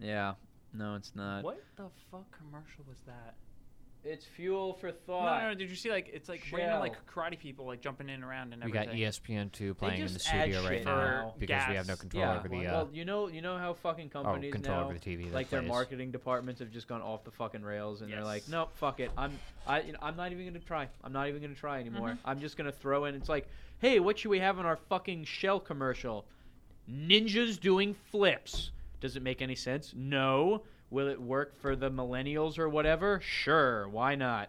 B: Yeah. No, it's not.
D: What the fuck commercial was that?
B: It's fuel for
D: No,
B: thought.
D: no, no, did you see like it's like random
B: Shell.
D: like karate people like jumping in and around and
A: We got E
D: everything.
B: E
A: ESPN two playing in the
B: just add
A: studio right
B: shit
A: now
B: now.
A: because we have no
D: Gas.
A: control
B: Yeah.
A: over the uh,
B: well, you know, you know how fucking
A: oh,
B: companies
A: control
B: now,
A: over the TV. that
B: like their
A: plays.
B: marketing departments have just gone off the fucking rails, and they're like,
D: Yes.
B: nope, fuck it. I'm, I, you know, I'm not even gonna try. I'm not even gonna try anymore.
A: Mm-hmm.
B: I'm just gonna throw in. It's like, hey, what should we have in our fucking shell commercial? Ninjas doing flips. Does it make any sense? No. Will it work for the millennials or whatever? Sure. Why not?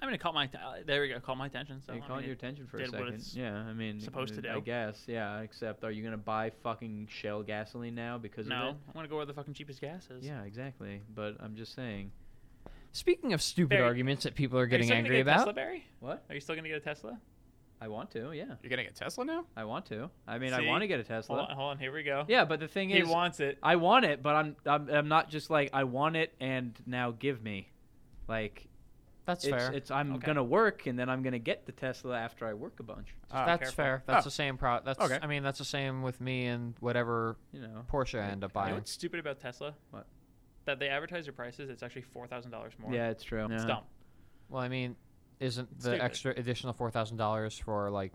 D: I mean, it caught my uh, there we go, caught my attention. So
B: it
D: I
B: caught
D: mean,
B: your
D: it-
B: attention for a
D: did what
B: second.
D: it's
B: yeah, I mean,
D: supposed to
B: uh, I
D: do.
B: guess. Yeah. Except, are you gonna buy fucking Shell gasoline now because
D: no,
B: of it?
D: I'm gonna go where the fucking cheapest gas is.
B: Yeah, exactly. But I'm just saying.
A: Speaking of stupid
D: Barry,
A: arguments that people are
D: Are you
A: getting
D: still gonna
A: angry
D: get a
A: about,
D: Tesla, Barry?
B: What?
D: Are you still gonna get a Tesla?
B: I want to. Yeah,
C: You're gonna get Tesla now?
B: I want to. I mean, I
D: See?
B: want to get a
D: Hold on,
B: Tesla.
D: hold on, here we go.
B: Yeah, but the thing
D: he
B: is,
D: wants it.
B: I want it, but I'm, I'm I'm not just like I want it and now give me, like
A: that's
B: it's,
A: fair.
B: it's I'm
D: Okay.
B: gonna work and then I'm gonna get the Tesla after I work a bunch.
C: Ah,
A: that's
D: careful.
A: fair. That's
C: Oh.
A: the same pro. That's
C: Okay.
A: I mean, that's the same with me and whatever
B: You know.
A: Porsche I end up
D: You know
A: buying.
D: what's stupid about Tesla?
B: What?
D: That they advertise their prices. It's actually four thousand dollars more.
B: Yeah, it's true.
D: It's
B: Yeah.
D: dumb.
A: Well, I mean, isn't the
D: Stupid.
A: extra additional four thousand dollars for like?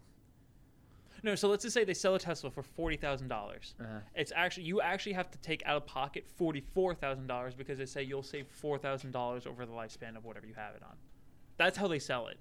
D: No, so let's just say they sell a Tesla for forty thousand dollars.
B: Uh,
D: It's actually you actually have to take out of pocket forty four thousand dollars because they say you'll save four thousand dollars over the lifespan of whatever you have it on. That's how they sell it.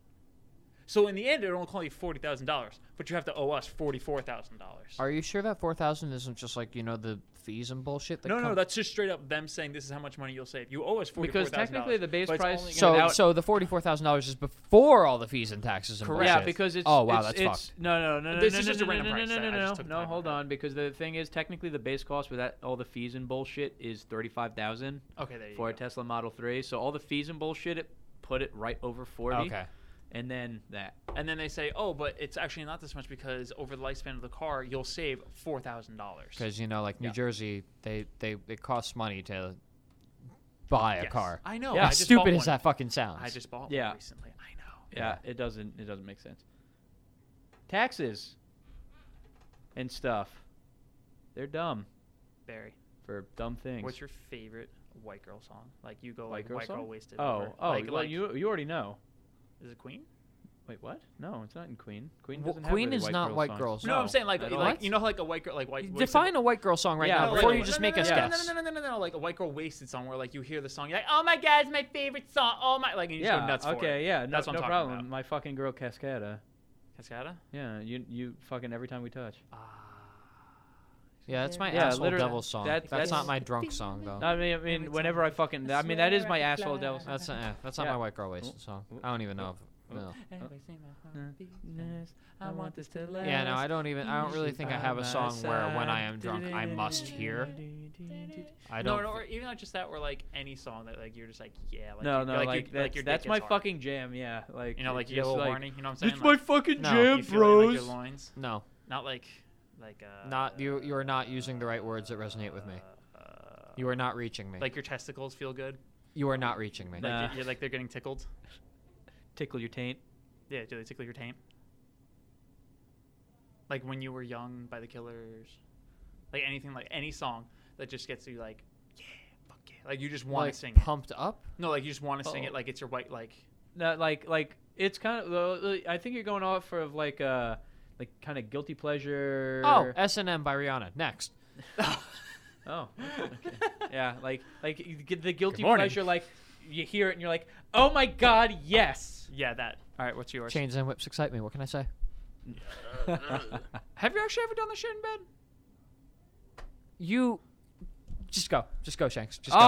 D: So in the end, it'll only cost you forty thousand dollars, but you have to owe us forty four thousand dollars.
A: Are you sure that four thousand isn't just like you know the fees and bullshit? That
D: No, no,
A: come-
D: that's just straight up them saying this is how much money you'll save. You owe us forty four
B: Because
D: thousand
B: technically the base price-
A: so
B: without-
A: so the forty four thousand dollars is before all the fees and taxes and
B: Correct. Yeah,
A: bullshit.
B: because it's
A: oh wow
B: it's,
A: that's
B: it's,
A: fucked.
B: No, no, no, no.
D: This
B: no,
D: is
B: no,
D: just
B: no,
D: a random
B: no,
D: price
B: No,
D: that
B: no,
D: I
B: no,
D: just
B: no.
D: took
B: No,
D: time
B: hold
D: out.
B: on, because the thing is, technically, the base cost without all the fees and bullshit is thirty-five thousand
D: Okay, there you
B: for a
D: go.
B: Tesla Model Three. So all the fees and bullshit, it put it right over forty.
A: Okay.
B: and then that.
D: And then they say, oh, but it's actually not this much because over the lifespan of the car, you'll save four thousand dollars.
A: because you know, like New
B: Yeah.
A: Jersey, they they it costs money to buy a car.
D: I know.
B: Yeah.
D: I
A: as
D: just bought
A: stupid as
D: one.
A: that fucking sounds.
D: I just bought
B: Yeah.
D: one recently. I know.
B: Yeah, it doesn't it doesn't make sense. Taxes and stuff. They're dumb
D: Barry,
B: for dumb things.
D: what's your favorite white girl song? Like you go
B: White
D: like
B: girl
D: white girl
B: song?
D: wasted.
B: Oh,
D: over.
B: oh,
D: like,
B: well,
D: like-
B: you you already know.
D: is it Queen?
B: Wait, what? No, it's not in Queen. Queen
A: Well,
B: doesn't have
A: Queen
B: really
A: is
B: white
A: not
B: girl
A: white
B: songs.
A: girls.
D: No, I'm saying like
B: at all.
D: like you know like a white girl like white.
A: Define a white girl song right
B: Yeah,
A: now
B: right,
A: before
B: right.
A: you just
D: no,
A: make
D: no,
A: us
D: no,
A: guess.
D: No, no, no, no, no, no, like a white girl wasted song where like you hear the song, you're like, oh my god, it's my favorite song. Oh my, like and you just go
B: Yeah.
D: nuts for
B: okay.
D: it.
B: Yeah. No,
D: That's what I'm
B: no
D: talking
B: problem.
D: about.
B: My fucking girl Cascada.
D: Cascada.
B: Yeah. You you fucking every time we touch.
D: Ah.
A: Yeah, that's my
B: Yeah,
A: asshole
B: literally-
A: devil song.
B: that-
A: that's not
B: that's-
A: my drunk song though.
B: I mean, I mean, whenever I fucking, I mean, that is my asshole devil.
A: That's not, eh, that's not
B: Yeah.
A: my white girl wasted song. I don't even know. If, no.
B: I want this to last.
A: Yeah, no, I don't even. I don't really think I have a song where when I am drunk I must hear. I
D: No,
A: don't.
D: no, or even not just that, or like any song that like you're just like, yeah, like
B: No,
D: you,
B: no, like,
D: like, you- like
B: that's,
D: your dick
B: that's
D: gets
B: my
D: hard.
B: fucking jam. Yeah, like
D: you know, like you get
B: just
D: a little
B: like,
D: horny. You know what I'm saying?
B: It's my
D: like,
B: fucking
A: No.
B: jam,
D: you feel it in, like,
B: bros.
D: your loins.
A: no,
D: Not like, like uh,
A: not you. You are not using the right words that resonate with me.
D: uh,
A: You are not reaching me.
D: like your testicles feel good.
A: you are not reaching me.
D: Like
B: Nah.
D: you're, you're like they're getting tickled.
B: Tickle your taint.
D: Yeah, do they tickle your taint? Like when you were young by the Killers, like anything, like any song that just gets you like, yeah, fuck yeah, like you just want to
A: Like,
D: sing it.
A: pumped up.
D: No, like you just want to sing
B: Oh.
D: it, like it's your white, like
B: That like like it's kind of. uh, I think you're going off of like uh like kind of guilty pleasure.
A: Oh, S and M by Rihanna. Next.
B: Oh. okay. yeah, like like you get the guilty
C: Good morning.
B: pleasure. Like you hear it and you're like, oh my god, yes.
D: yeah, that. All right, what's yours?
A: Chains and whips excite me. What can I say?
B: Oh.
D: Have you actually ever done the shit in bed?
A: You, just go. Just go, Shanks. Just go.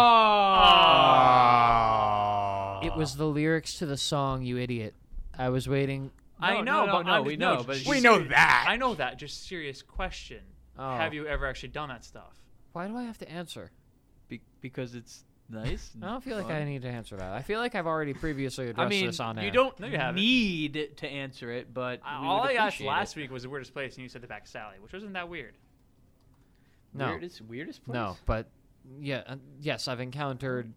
B: Oh.
A: It was the lyrics to the song, you idiot. I was waiting.
D: I
B: No,
D: know,
B: no, no,
D: but
B: no,
D: I'm-
B: we
D: no,
B: know, but
D: just-
C: We know that.
D: I know that. Just serious question.
A: Oh.
D: Have you ever actually done that stuff?
A: Why do I have to answer?
B: Be- because it's nice.
A: I don't feel like I need to answer that. I feel like I've already previously addressed
B: I mean,
A: this on air.
B: you don't
D: No, you haven't.
B: need to answer it, but
D: Uh,
B: we
D: all
B: would
D: I asked
B: appreciate it.
D: last week was the weirdest place, and you said the back alley, which wasn't that weird.
A: No,
B: weirdest weirdest place.
A: no, but yeah, uh, yes, I've encountered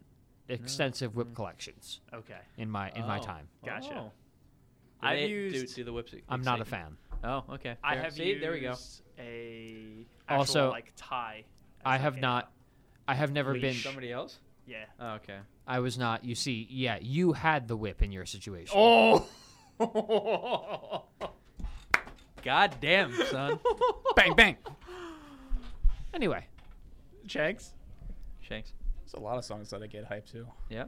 A: extensive whip collections
D: Okay.
A: in my in my
B: Mm-hmm. Oh.
A: time.
D: Gotcha.
B: Oh.
D: I've
B: They do-
D: used-
B: do the whips.
A: I'm not a fan.
B: Oh, okay.
D: I
B: fair.
D: have
B: See, there we go.
D: used a actual,
A: Also-
D: like tie. as,
A: I
D: like,
A: have
D: a-
A: not. I have never
D: Leash.
A: been.
B: Somebody else?
D: Yeah.
B: Oh, okay.
A: I was not. You see, yeah, you had the whip in your situation.
B: Oh. God damn, son.
C: bang bang.
A: Anyway,
D: Checks.
B: Shanks.
C: There's a lot of songs that I get hyped to.
B: Yeah.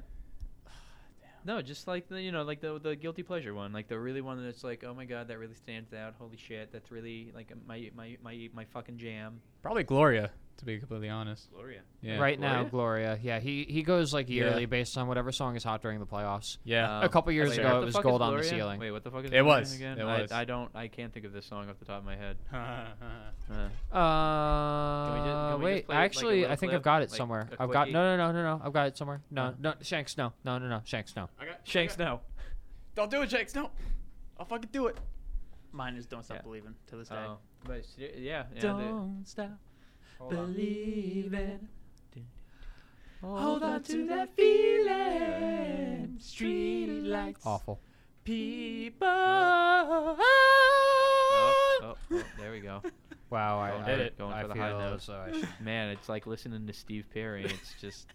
B: No, just like the you know, like the the guilty pleasure one, like the really one that's like, oh my god, that really stands out. Holy shit, that's really like my my my my fucking jam.
C: Probably Gloria, to be completely honest.
B: Gloria.
C: Yeah.
A: right now, Gloria. Yeah, he he goes like
C: Yeah.
A: yearly based on whatever song is hot during the playoffs.
D: Uh,
C: Yeah.
A: a couple years
B: Wait,
A: ago,
B: Um, what
A: it
B: the
A: was
B: fuck is
A: gold on the
B: Gloria?
A: ceiling.
B: Wait, what the fuck is
C: It
B: Gloria
C: was.
B: Again?
C: It
B: I,
C: was.
B: I don't. I can't think of this song off the top of my head. Uh,
A: Uh,
B: can we
A: wait.
B: just play, like, a
A: actually,
B: little
A: I think
B: clip?
A: I've got it
B: Like,
A: somewhere.
B: a
A: I've got
B: quickie?
A: no, no, no, no, no. I've got it somewhere. No,
B: Uh.
A: no, Shanks, no, no, no, no, Shanks, no.
C: I got,
B: Shanks, no.
C: Don't do it, Shanks. No. I'll fucking do it.
D: Mine is "Don't Stop
B: Yeah.
D: Believing" to this day.
B: Oh, but s- yeah, yeah. they-
D: stop
B: hold on.
D: Hold on to that feeling. Streetlights.
A: Awful.
D: People.
B: Oh, oh, oh, there we go.
A: Wow, I
B: Going
A: I,
B: for it, going
A: I
B: for the
A: feel
B: high note.
A: as though I should-
B: Man, it's like listening to Steve Perry. It's just,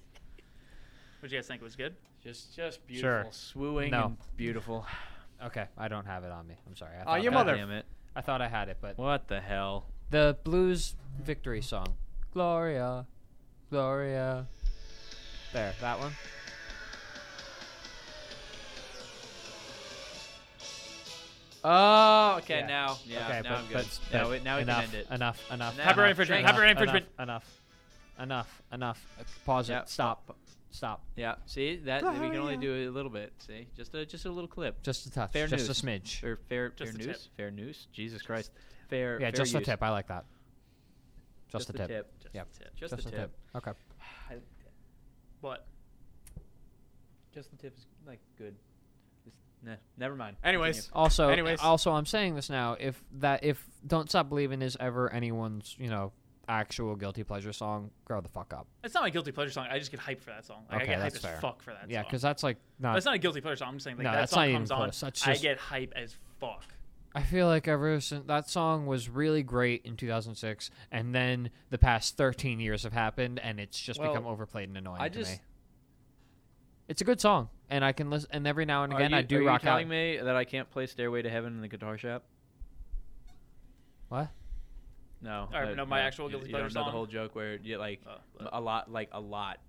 D: What you guys think It was good?
B: just, just
A: Sure.
B: beautiful, swooning
A: No.
B: and beautiful.
A: okay, I don't have it on me. I'm sorry. I
C: Oh,
A: thought
C: your
A: I-
B: God
C: mother-
B: Damn it!
A: I thought I had it, but
B: What the hell?
A: the blues victory song, Gloria, Gloria. There, that one.
B: Oh, okay.
A: Yeah.
B: Now, yeah,
A: okay,
B: now
A: but,
B: I'm good.
A: but,
B: now,
A: but
B: we, now we
A: enough,
B: can end it.
A: Enough, enough.
B: Now- Copyright infringement,
A: Enough,
D: copyright
A: enough,
D: infringement.
A: Enough, enough, enough. Uh, Pause
B: Yeah.
A: it. Stop. Stop.
B: Yeah. See that we can only do a little bit. See, just a just a little clip.
A: Just a touch.
B: Fair
A: just
B: news.
A: a smidge.
B: Fair, fair,
D: Just
B: fair
D: the
B: news. Fair news. Jesus Christ. Fair.
A: yeah,
B: fair
A: just
B: use.
A: a tip. I like that. Just, a
B: the
A: tip.
B: Just,
A: Yep.
D: That's it.
B: just the tip.
A: Okay.
D: What?
B: Just the tip is like good. It's Nah, never mind.
C: Anyways,
A: Also,
C: Anyways.
A: also, I'm saying this now. If that, if "Don't Stop Believing" is ever anyone's, you know, actual guilty pleasure song, grow the fuck up.
D: It's not my guilty pleasure song. I just get hyped for that song. Like,
A: Okay,
D: I get hyped
A: that's
D: as
A: fair.
D: fuck for that
A: yeah,
D: song.
A: because that's like not.
D: That's not a guilty pleasure song. I'm just saying like
A: No,
D: that
A: that's
D: song
A: not even
D: comes
A: close.
D: on.
A: That's
D: I
A: just-
D: get hype as fuck.
A: I feel like ever since that song was really great in 2006, and then the past 13 years have happened, and it's just
B: Well,
A: become overplayed and annoying
B: I
A: to
B: just
A: me. It's a good song, and I can listen. And every now and
B: Are
A: again,
B: you-
A: I do
B: are
A: rock
B: you telling
A: out.
B: me that I can't play Stairway to Heaven in the guitar shop?
A: What?
B: No.
D: Or,
B: I-
D: no, my actual
B: you,
D: guilty
B: you don't know
D: pleasure
B: the
D: song?
B: whole joke where you like
D: Uh,
B: m-
D: uh,
B: a lot like a lot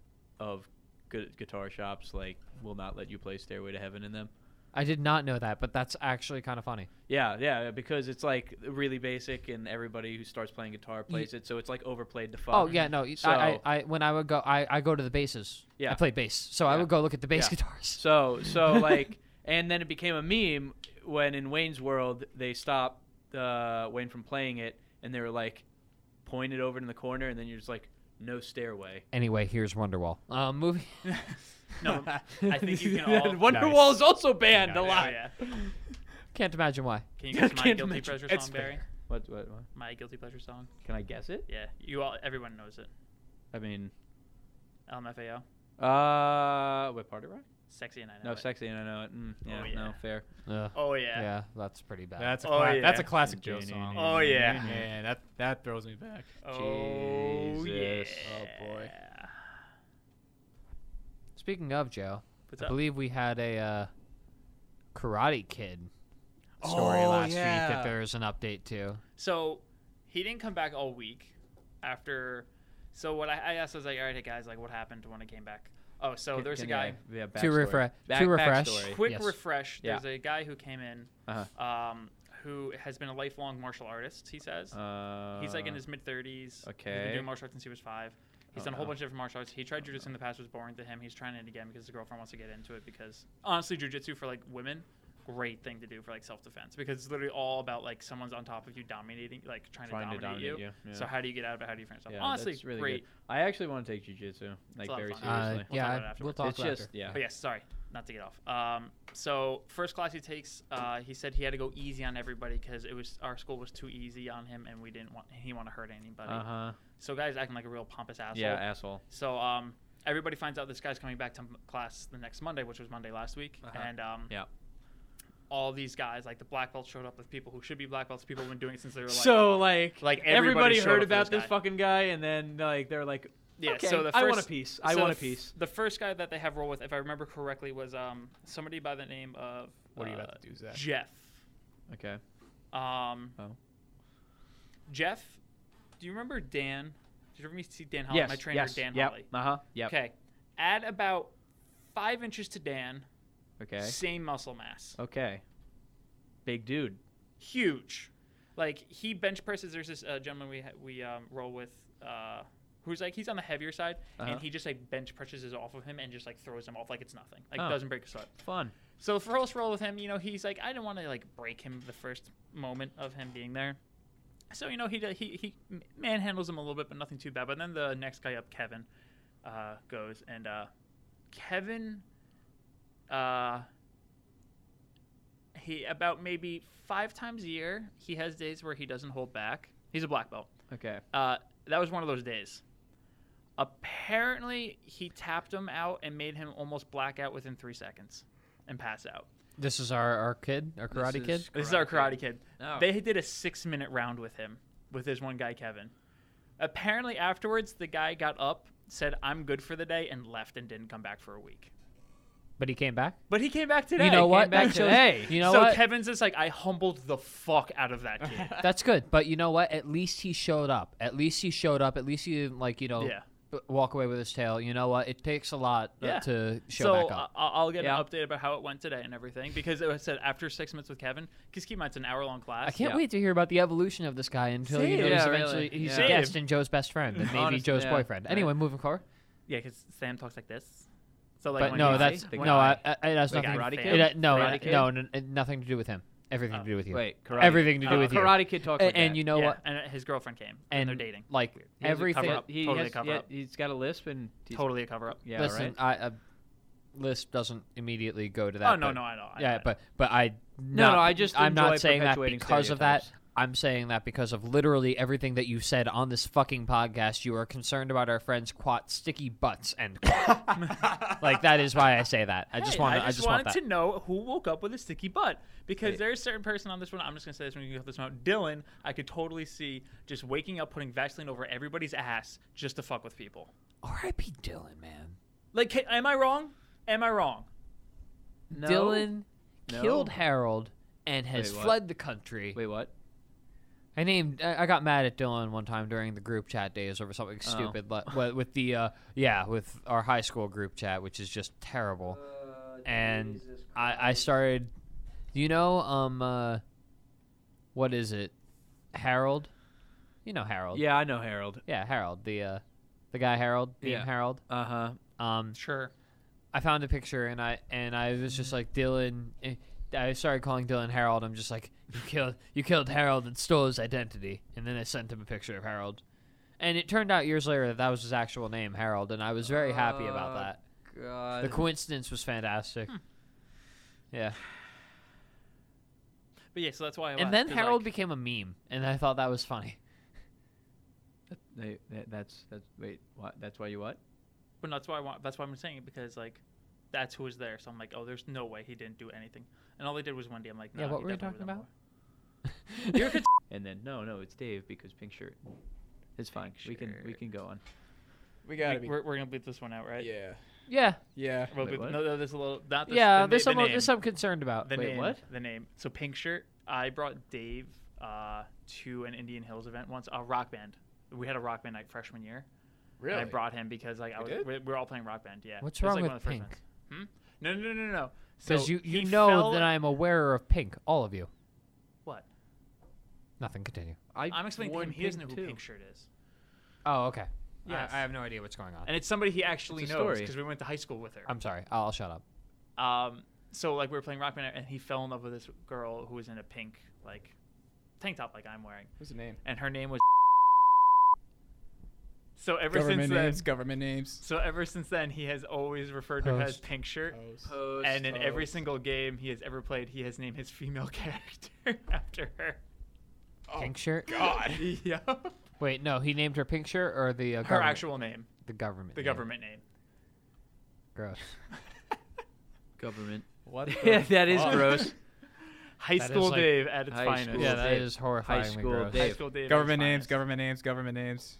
B: of good guitar shops like will not let you play Stairway to Heaven in them.
A: I did not know that, but that's actually kind of funny.
B: Yeah, yeah, because it's like really basic and everybody who starts playing guitar plays it, so it's like overplayed to fuck.
A: Oh yeah, no. y-
B: So,
A: I, I, I when I would go, I, I go to the basses. I
B: Yeah.
A: play bass, so I
B: Yeah.
A: would go look at the bass
B: Yeah.
A: guitars.
B: So so like, and then it became a meme when in Wayne's World they stopped uh, Wayne from playing it, and they were like, pointed over in the corner, and then you're just like, no stairway.
A: Anyway, here's Wonderwall. Um, movie.
D: No, I think you can
A: Oh,
D: all.
B: Wonderwall is also banned
D: Yeah,
B: a lot.
D: Oh, yeah.
A: Can't imagine why.
D: Can you guess my
B: Can't
D: guilty
B: imagine.
D: pleasure
C: It's
D: song, Barry?
C: fair.
B: What, what what?
D: My guilty pleasure song.
B: Can I guess it?
D: Yeah, you all. Everyone knows it.
B: I mean,
D: LMFAO.
B: uh, what part of rock?
D: Sexy and I know
B: No,
D: it.
B: sexy, and I know it. Mm,
D: Oh,
B: yeah,
D: yeah.
B: no, fair.
A: Ugh,
D: Oh
A: yeah.
D: yeah.
A: that's pretty bad.
C: that's a
D: Oh,
C: cla- that's a
D: yeah.
C: classic Joe song.
D: Oh, yeah.
C: Man, that that throws me back.
D: Oh
B: Jesus.
D: yeah.
C: Oh, boy.
A: Speaking of Joe,
D: What's
A: I
D: up?
A: believe we had a uh, Karate Kid story last week that
C: yeah.
A: there was an update to.
D: So he didn't come back all week after. So what I, I asked I was like, all right, hey guys, like what happened when I came back? Oh, so there's a guy.
B: Yeah,
A: To
B: backstory.
A: refresh-
B: Back-
A: to refresh.
B: backstory.
D: Quick
A: Yes.
D: refresh.
B: Yeah.
D: There's a guy who came in,
B: Uh-huh.
D: um, who has been a lifelong martial artist. He says
B: Uh,
D: he's like in his mid 30s. He's
B: okay.
D: been doing martial arts since he was five. He's
B: Oh,
D: done a whole
B: no.
D: bunch of different martial arts. He tried jujitsu in the past, was boring to him. He's trying it again because his girlfriend wants to get into it. Because honestly, jujitsu for like women, great thing to do for like self defense because it's literally all about like someone's on top of you dominating, like trying,
B: Trying
D: to dominate, you.
B: yeah.
D: So how do you get out of it? How do you find yourself?
B: Yeah,
D: honestly,
B: that's really
D: great.
B: Good. I actually want to take jujitsu like
D: lot of
B: very
D: fun. Oh,
A: Uh,
B: seriously.
D: We'll
A: yeah,
D: talk
A: I-
D: about it afterwards.
A: we'll talk
B: it's
A: about
B: just
A: after.
B: yeah.
D: But yes, sorry, not to get off. Um, so first class he takes, uh, he said he had to go easy on everybody because it was our school was too easy on him, and we didn't want he want to hurt anybody.
B: Uh huh.
D: So guys acting like a real pompous asshole.
B: Yeah, asshole.
D: So um, everybody finds out this guy's coming back to m- class the next Monday, which was Monday last week,
B: Uh-huh.
D: and um,
B: Yeah.
D: all these guys, like the black belts, showed up with people who should be black belts. People have been doing it since they were like. uh,
B: so like,
D: like, everybody
B: everybody,
D: showed up
B: heard
D: for
B: about
D: this
B: this,
D: guy.
B: fucking guy, and then like they're like,
D: Yeah,
B: okay,
D: so the
B: I want a
D: first-
B: piece. I
D: so
B: want a
D: the f-
B: piece.
D: The first guy that they have roll with, if I remember correctly, was um somebody by the name of
C: What are you
D: uh,
C: about to do, Zach?
D: Jeff.
B: Okay.
D: Um,
B: Oh.
D: Jeff, do you remember Dan? Did you ever meet- see Dan Holly?
B: Yes.
D: My trainer,
B: yes.
D: Dan
B: yep.
D: Holly.
B: Uh huh. Yep.
D: Okay, add about five inches to Dan.
B: Okay.
D: Same muscle mass.
B: Okay. Big dude.
D: huge. Like he bench presses. There's this uh, gentleman we ha- we um, roll with, uh, who's like he's on the heavier side,
B: Uh-huh.
D: and he just like bench presses it off of him and just like throws him off like it's nothing. Like
B: Oh.
D: doesn't break a sweat.
B: Fun.
D: So the first roll with him, you know, he's like I didn't want to like break him the first moment of him being there. So you know he d- he he m- manhandles him a little bit, but nothing too bad. But then the next guy up, Kevin, uh, goes and uh, Kevin, uh, he about maybe five times a year he has days where he doesn't hold back. He's a black belt.
B: Okay.
D: Uh, that was one of those days. Apparently, he tapped him out and made him almost black out within three seconds and pass out.
A: This is our, our kid, our Karate
B: is-
A: Kid.
D: This is our
B: Karate
D: Karate Kid.
B: Oh.
D: They did a six minute round with him, with this one guy, Kevin. Apparently, afterwards, the guy got up, said, I'm good for the day, and left and didn't come back for a week.
A: But he came back.
D: But he came back today.
A: you know
B: came
A: what?
B: back
A: That shows-
B: today.
A: You know
D: so
A: what?
D: Kevin's just like, I humbled the fuck out of that kid.
A: That's good. But you know what? At least he showed up. At least he showed up. At least he didn't like you know
D: Yeah.
A: b- walk away with his tail. You know what? It takes a lot uh,
D: Yeah.
A: to show
D: so
A: back up.
D: I- I'll get
B: Yeah.
D: an update about how it went today and everything because it was said after six minutes with Kevin. Because keep in mind, it's an hour long class.
A: I can't
B: uh, yeah.
A: wait to hear about the evolution of this guy until you
B: Same.
A: notice
B: Yeah,
A: eventually
B: really.
A: he's
B: Yeah.
A: a guest and Joe's best friend and maybe
B: Honestly,
A: Joe's
B: yeah.
A: boyfriend.
B: Right.
A: Anyway, moving forward.
D: Yeah, because Sam talks like this. So like,
A: but
D: when
A: no,
D: you-
A: that's
B: The
A: no, I,
B: guy.
A: I, it has
D: The
A: nothing.
D: guy.
A: It,
D: Karate Kid?
A: uh, no,
B: Karate
A: it-
B: Kid?
A: no, n- n- nothing to do with him. Everything to
D: Oh.
A: do with you.
B: Wait. Karate.
A: Everything to do
B: Oh,
A: with you.
B: Karate Kid talks.
A: A-
B: like
A: and
B: that.
A: you know
D: yeah,
A: what?
D: And his girlfriend came,
A: And
D: and, they're dating.
A: Like
B: He has a cover
A: everything.
B: up. He
D: Totally
B: has,
D: cover
B: yeah,
D: up.
B: He's got a lisp and he's,
D: totally a cover up.
B: Yeah.
A: listen,
B: right.
A: I, I list doesn't immediately go to that.
D: Oh no,
A: but-
D: no, I know. I
A: yeah,
D: know.
A: but but I
B: No,
A: not-
B: no, I just
A: I'm
B: enjoy
A: not saying that
B: perpetuating
A: because of that.
B: stereotypes.
A: I'm saying that because of literally everything that you said on this fucking podcast. You are concerned about our friends' quat sticky butts and quat. like that is why I say that. I just
D: Hey,
A: want.
D: I just,
A: want
D: wanted
A: that.
D: to know who woke up with a sticky butt because there's a certain person on this one. I'm just gonna say this when you cut this one out. Dylan, I could totally see just waking up putting Vaseline over everybody's ass just to fuck with people.
A: R.I.P. Dylan, man.
D: Like, ca- am I wrong? Am I wrong?
B: No.
A: Dylan
B: No.
A: killed Harold and has
B: Wait, what?
A: fled the country.
B: Wait, what?
A: I named. I I got mad at Dylan one time during the group chat days over something
B: Oh.
A: stupid. Like, wi- with the uh, yeah, with our high school group chat, which is just terrible.
B: Uh,
A: and I, I started. You know, um, uh, what is it? Harold. You know Harold.
B: Yeah, I know Harold.
A: Yeah, Harold. The uh, the guy Harold. Beam
B: Yeah.
A: Harold.
B: Uh huh.
A: Um,
D: Sure.
A: I found a picture and I and I was just like Dylan. eh, I started calling Dylan Harold. I'm just like you killed you killed Harold and stole his identity. And then I sent him a picture of Harold, and it turned out years later that that was his actual name, Harold. And I was very happy about
B: Oh,
A: that.
B: God.
A: The coincidence was fantastic. Yeah,
D: But yeah, so that's why. I laughed,
A: and then
D: 'cause,
A: Harold
D: like,
A: became a meme, and I thought that was funny.
B: They- that- that's that's wait. What? That's why you what?
D: but that's why I want. That's why I'm saying it because like, that's who was there. So I'm like, oh, there's no way he didn't do anything. And all they did was Wendy. I'm like,
A: Yeah,
D: nah,
A: what
D: he
A: were we
D: definitely
A: talking
D: was on
A: about?
D: You're cons-
B: And then no, no, it's Dave because pink shirt. It's fine. We can we
D: shirt.
B: can go on.
C: We
D: more.
C: gotta
D: We-
C: be.
D: We're, we're gonna bleep this one out, right?
C: Yeah.
A: yeah,
C: Yeah.
D: We'll
B: Wait,
D: bleep-
B: what?
D: no, no, there's a little. Not this,
A: yeah.
D: the na-
A: There's
D: the
A: some
D: name.
A: there's some concerned about.
D: The
A: Uh, Wait,
D: name,
A: what?
D: The name. So Pink Shirt. I brought Dave uh, to an Indian Hills event once. A rock band. We had a rock band like freshman year.
C: Really?
D: And I brought him because like I
C: You
D: was,
C: did?
D: we, we were all playing rock band. Yeah.
A: What's
D: It was,
A: wrong
D: like, one
A: with
D: of the first
A: Pink?
D: ones. Hmm? No, no, no, no, no.
A: Because
D: So
A: you you
D: he
A: know
D: fell-
A: that I'm a wearer of pink. All of you.
D: what?
A: Nothing. Continue.
B: I
D: I'm explaining to
B: worn
D: him. He doesn't know
B: pink
D: who
B: too.
D: Pink Shirt is,
A: Oh, okay.
D: Yes.
A: I, I have no idea what's going on.
D: and it's somebody he actually
B: a
D: knows
B: story.
D: because we went to high school with her.
A: I'm sorry. I'll, I'll shut up.
D: Um, so like we were playing rock band, and he fell in love with this girl who was in a pink like tank top like I'm wearing,
C: What's the name?
D: and her name was. So ever
C: Government
D: since then,
C: names. Government names.
D: so ever since then, he has always referred to her as
A: Post.
D: Pink Shirt,
C: Oh,
D: and in every
C: Post.
D: single game he has ever played, he has named his female character after her.
A: pink shirt.
C: God.
D: yeah,
A: Wait, no. He named her pink shirt or the uh,
D: her
A: government-
D: actual name,
A: the government
D: the
A: name.
D: government name.
A: Gross.
B: Government.
C: What?
B: yeah,
C: the
B: that is
C: fuck?
B: gross.
D: High
A: That is,
D: school
A: like,
D: Dave at its
B: high
D: finest.
B: school
A: yeah, that
B: Dave.
A: is horrifyingly
B: school
A: gross.
D: High
B: Dave.
D: school Dave. at its
C: Government names.
D: finest.
C: Government names. Government names.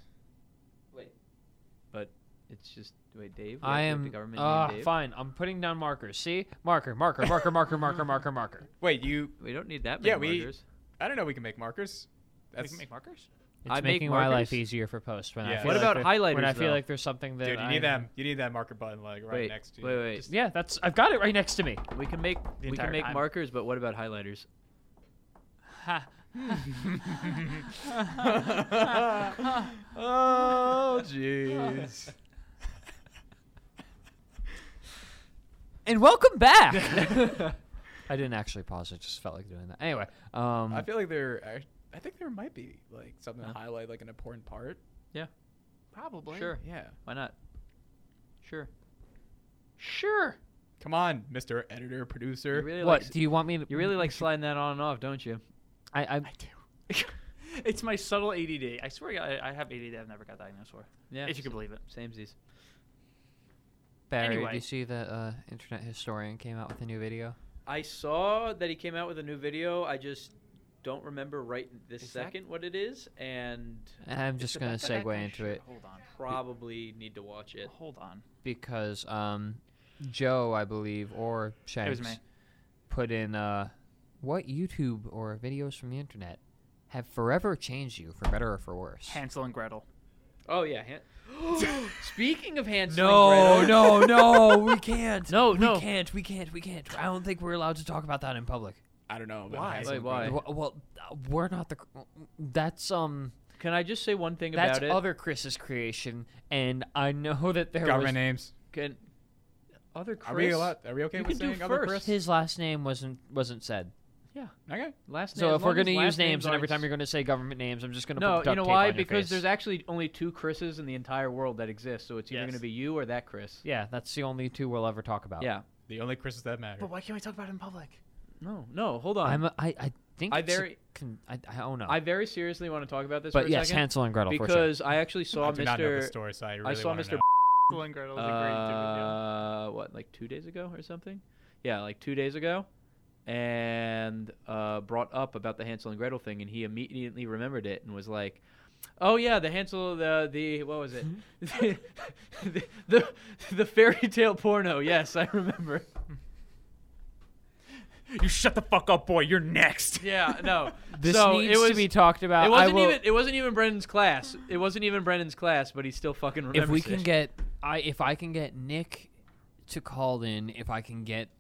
B: But it's just wait, Dave. we
A: I
B: have to
A: am.
B: put the government name
A: uh,
B: Dave?
A: fine. I'm putting down markers. See, marker, marker, marker, marker, marker, marker, marker.
C: Wait, you?
B: We don't need that many
C: Yeah, we-
B: markers.
C: I don't know. We can make markers.
D: We
C: That's
D: can make markers.
A: It's
B: I make
A: making my life
B: markers?
A: easier for post. When I
C: Yeah.
A: feel
C: What
A: like
B: about
A: there- When I
B: highlighters,
A: feel
B: though?
A: like there's something that
C: Dude, you
A: I-
C: need them. You need that marker button like right
B: wait,
C: next to you.
B: wait, wait.
C: Just-
A: Yeah, that's. I've got it right next to me.
B: we can make
D: The
B: we can
D: entire
B: make
D: time.
B: markers, but what about highlighters?
C: oh jeez.
A: And welcome back. I didn't actually pause. I just felt like doing that. Anyway, um,
C: I feel like there. I, I think there might be like something to
B: Huh?
C: highlight like an important part.
D: Probably.
B: Sure.
C: Yeah.
B: Why not? Sure.
D: Sure.
C: Come on, Mr. Editor,
B: You
C: Producer.
B: really
A: what
B: like
A: do you want me to?
B: you really like sliding that on and off, don't you?
A: I, I
D: I do. it's my subtle ADD. I swear to God, I, I have ADD. I've never got diagnosed for.
B: Yeah.
D: if you could believe it.
B: Same these.
A: Barry, do
D: Anyway.
A: you see that uh, Internet Historian came out with a new video?
B: I saw that he came out with a new video. I just don't remember right this
D: Is that-
B: second what it is, and
A: I'm just going to segue into it
D: Hold on.
B: probably need to watch
A: Oh.
B: it.
D: Hold on.
A: because um, Joe, I believe, or
D: It was
A: Shanks
D: me.
A: put in uh, what YouTube or videos from the internet have forever changed you for better or for worse.
D: Hansel and Gretel.
B: Oh yeah. Han- Speaking of hands,
A: no, no, we can't.
B: No,
A: we
B: no.
A: can't, we can't, we can't. I don't think we're allowed to talk about that in public.
C: I don't know.
D: Why?
C: Why?
B: Wait, why?
A: Well, well, uh, we're not the. That's um.
B: Can I just say one thing
A: That's
B: about it?
A: other Chris's creation, and I know that there was
C: Government names.
B: Can other Chris?
C: Are we allowed? Are we okay
B: You
C: with
B: can do
C: saying other
B: first.
C: Chris?
A: His last name wasn't wasn't said.
B: Yeah.
C: Okay.
B: Last name.
A: So
B: as
A: if we're
B: long as
A: gonna
B: last
A: use names,
B: names
A: and every
B: aren't
A: time
B: s-
A: you're gonna say government names, I'm just gonna
B: no,
A: put duct
B: you know
A: tape
B: why?
A: on your
B: Because
A: face.
B: there's actually only two Chris's in the entire world that exist, so it's either
D: Yes.
B: going to be you or that Chris.
A: yeah, that's the only two we'll ever talk about.
B: Yeah.
C: The only Chris's that matter.
D: But why can't we talk about it in public?
B: No, no, hold on.
A: I'm a, I I think
B: I
A: it's a
B: very-
A: con- I, I don't know.
B: I very seriously want to talk about this
A: but
B: for a
A: yes,
B: second
A: Hansel and Gretel for sure.
B: because I actually saw
C: I do not know
B: Mr.
C: the story, so I, really
B: I saw
C: wanna
B: Mr.
C: know.
D: Cool and Gretel is a great
B: Uh,
D: different-
B: what, like two days ago or something? Yeah, like two days ago, and uh, brought up about the Hansel and Gretel thing, and he immediately remembered it and was like, "Oh yeah, the Hansel, the the what was it? the,
A: Hmm?
B: the the fairy tale porno. Yes, I remember.
C: You shut the fuck up, boy. You're next.
B: Yeah, no.
A: this
B: so
A: needs
B: it was,
A: to be talked about.
B: It wasn't
A: I will,
B: even. It wasn't even Brendan's class. It wasn't even Brendan's class, but he still fucking remembers.
A: if we
B: it.
A: can get I if I can get Nick to call in, if I can get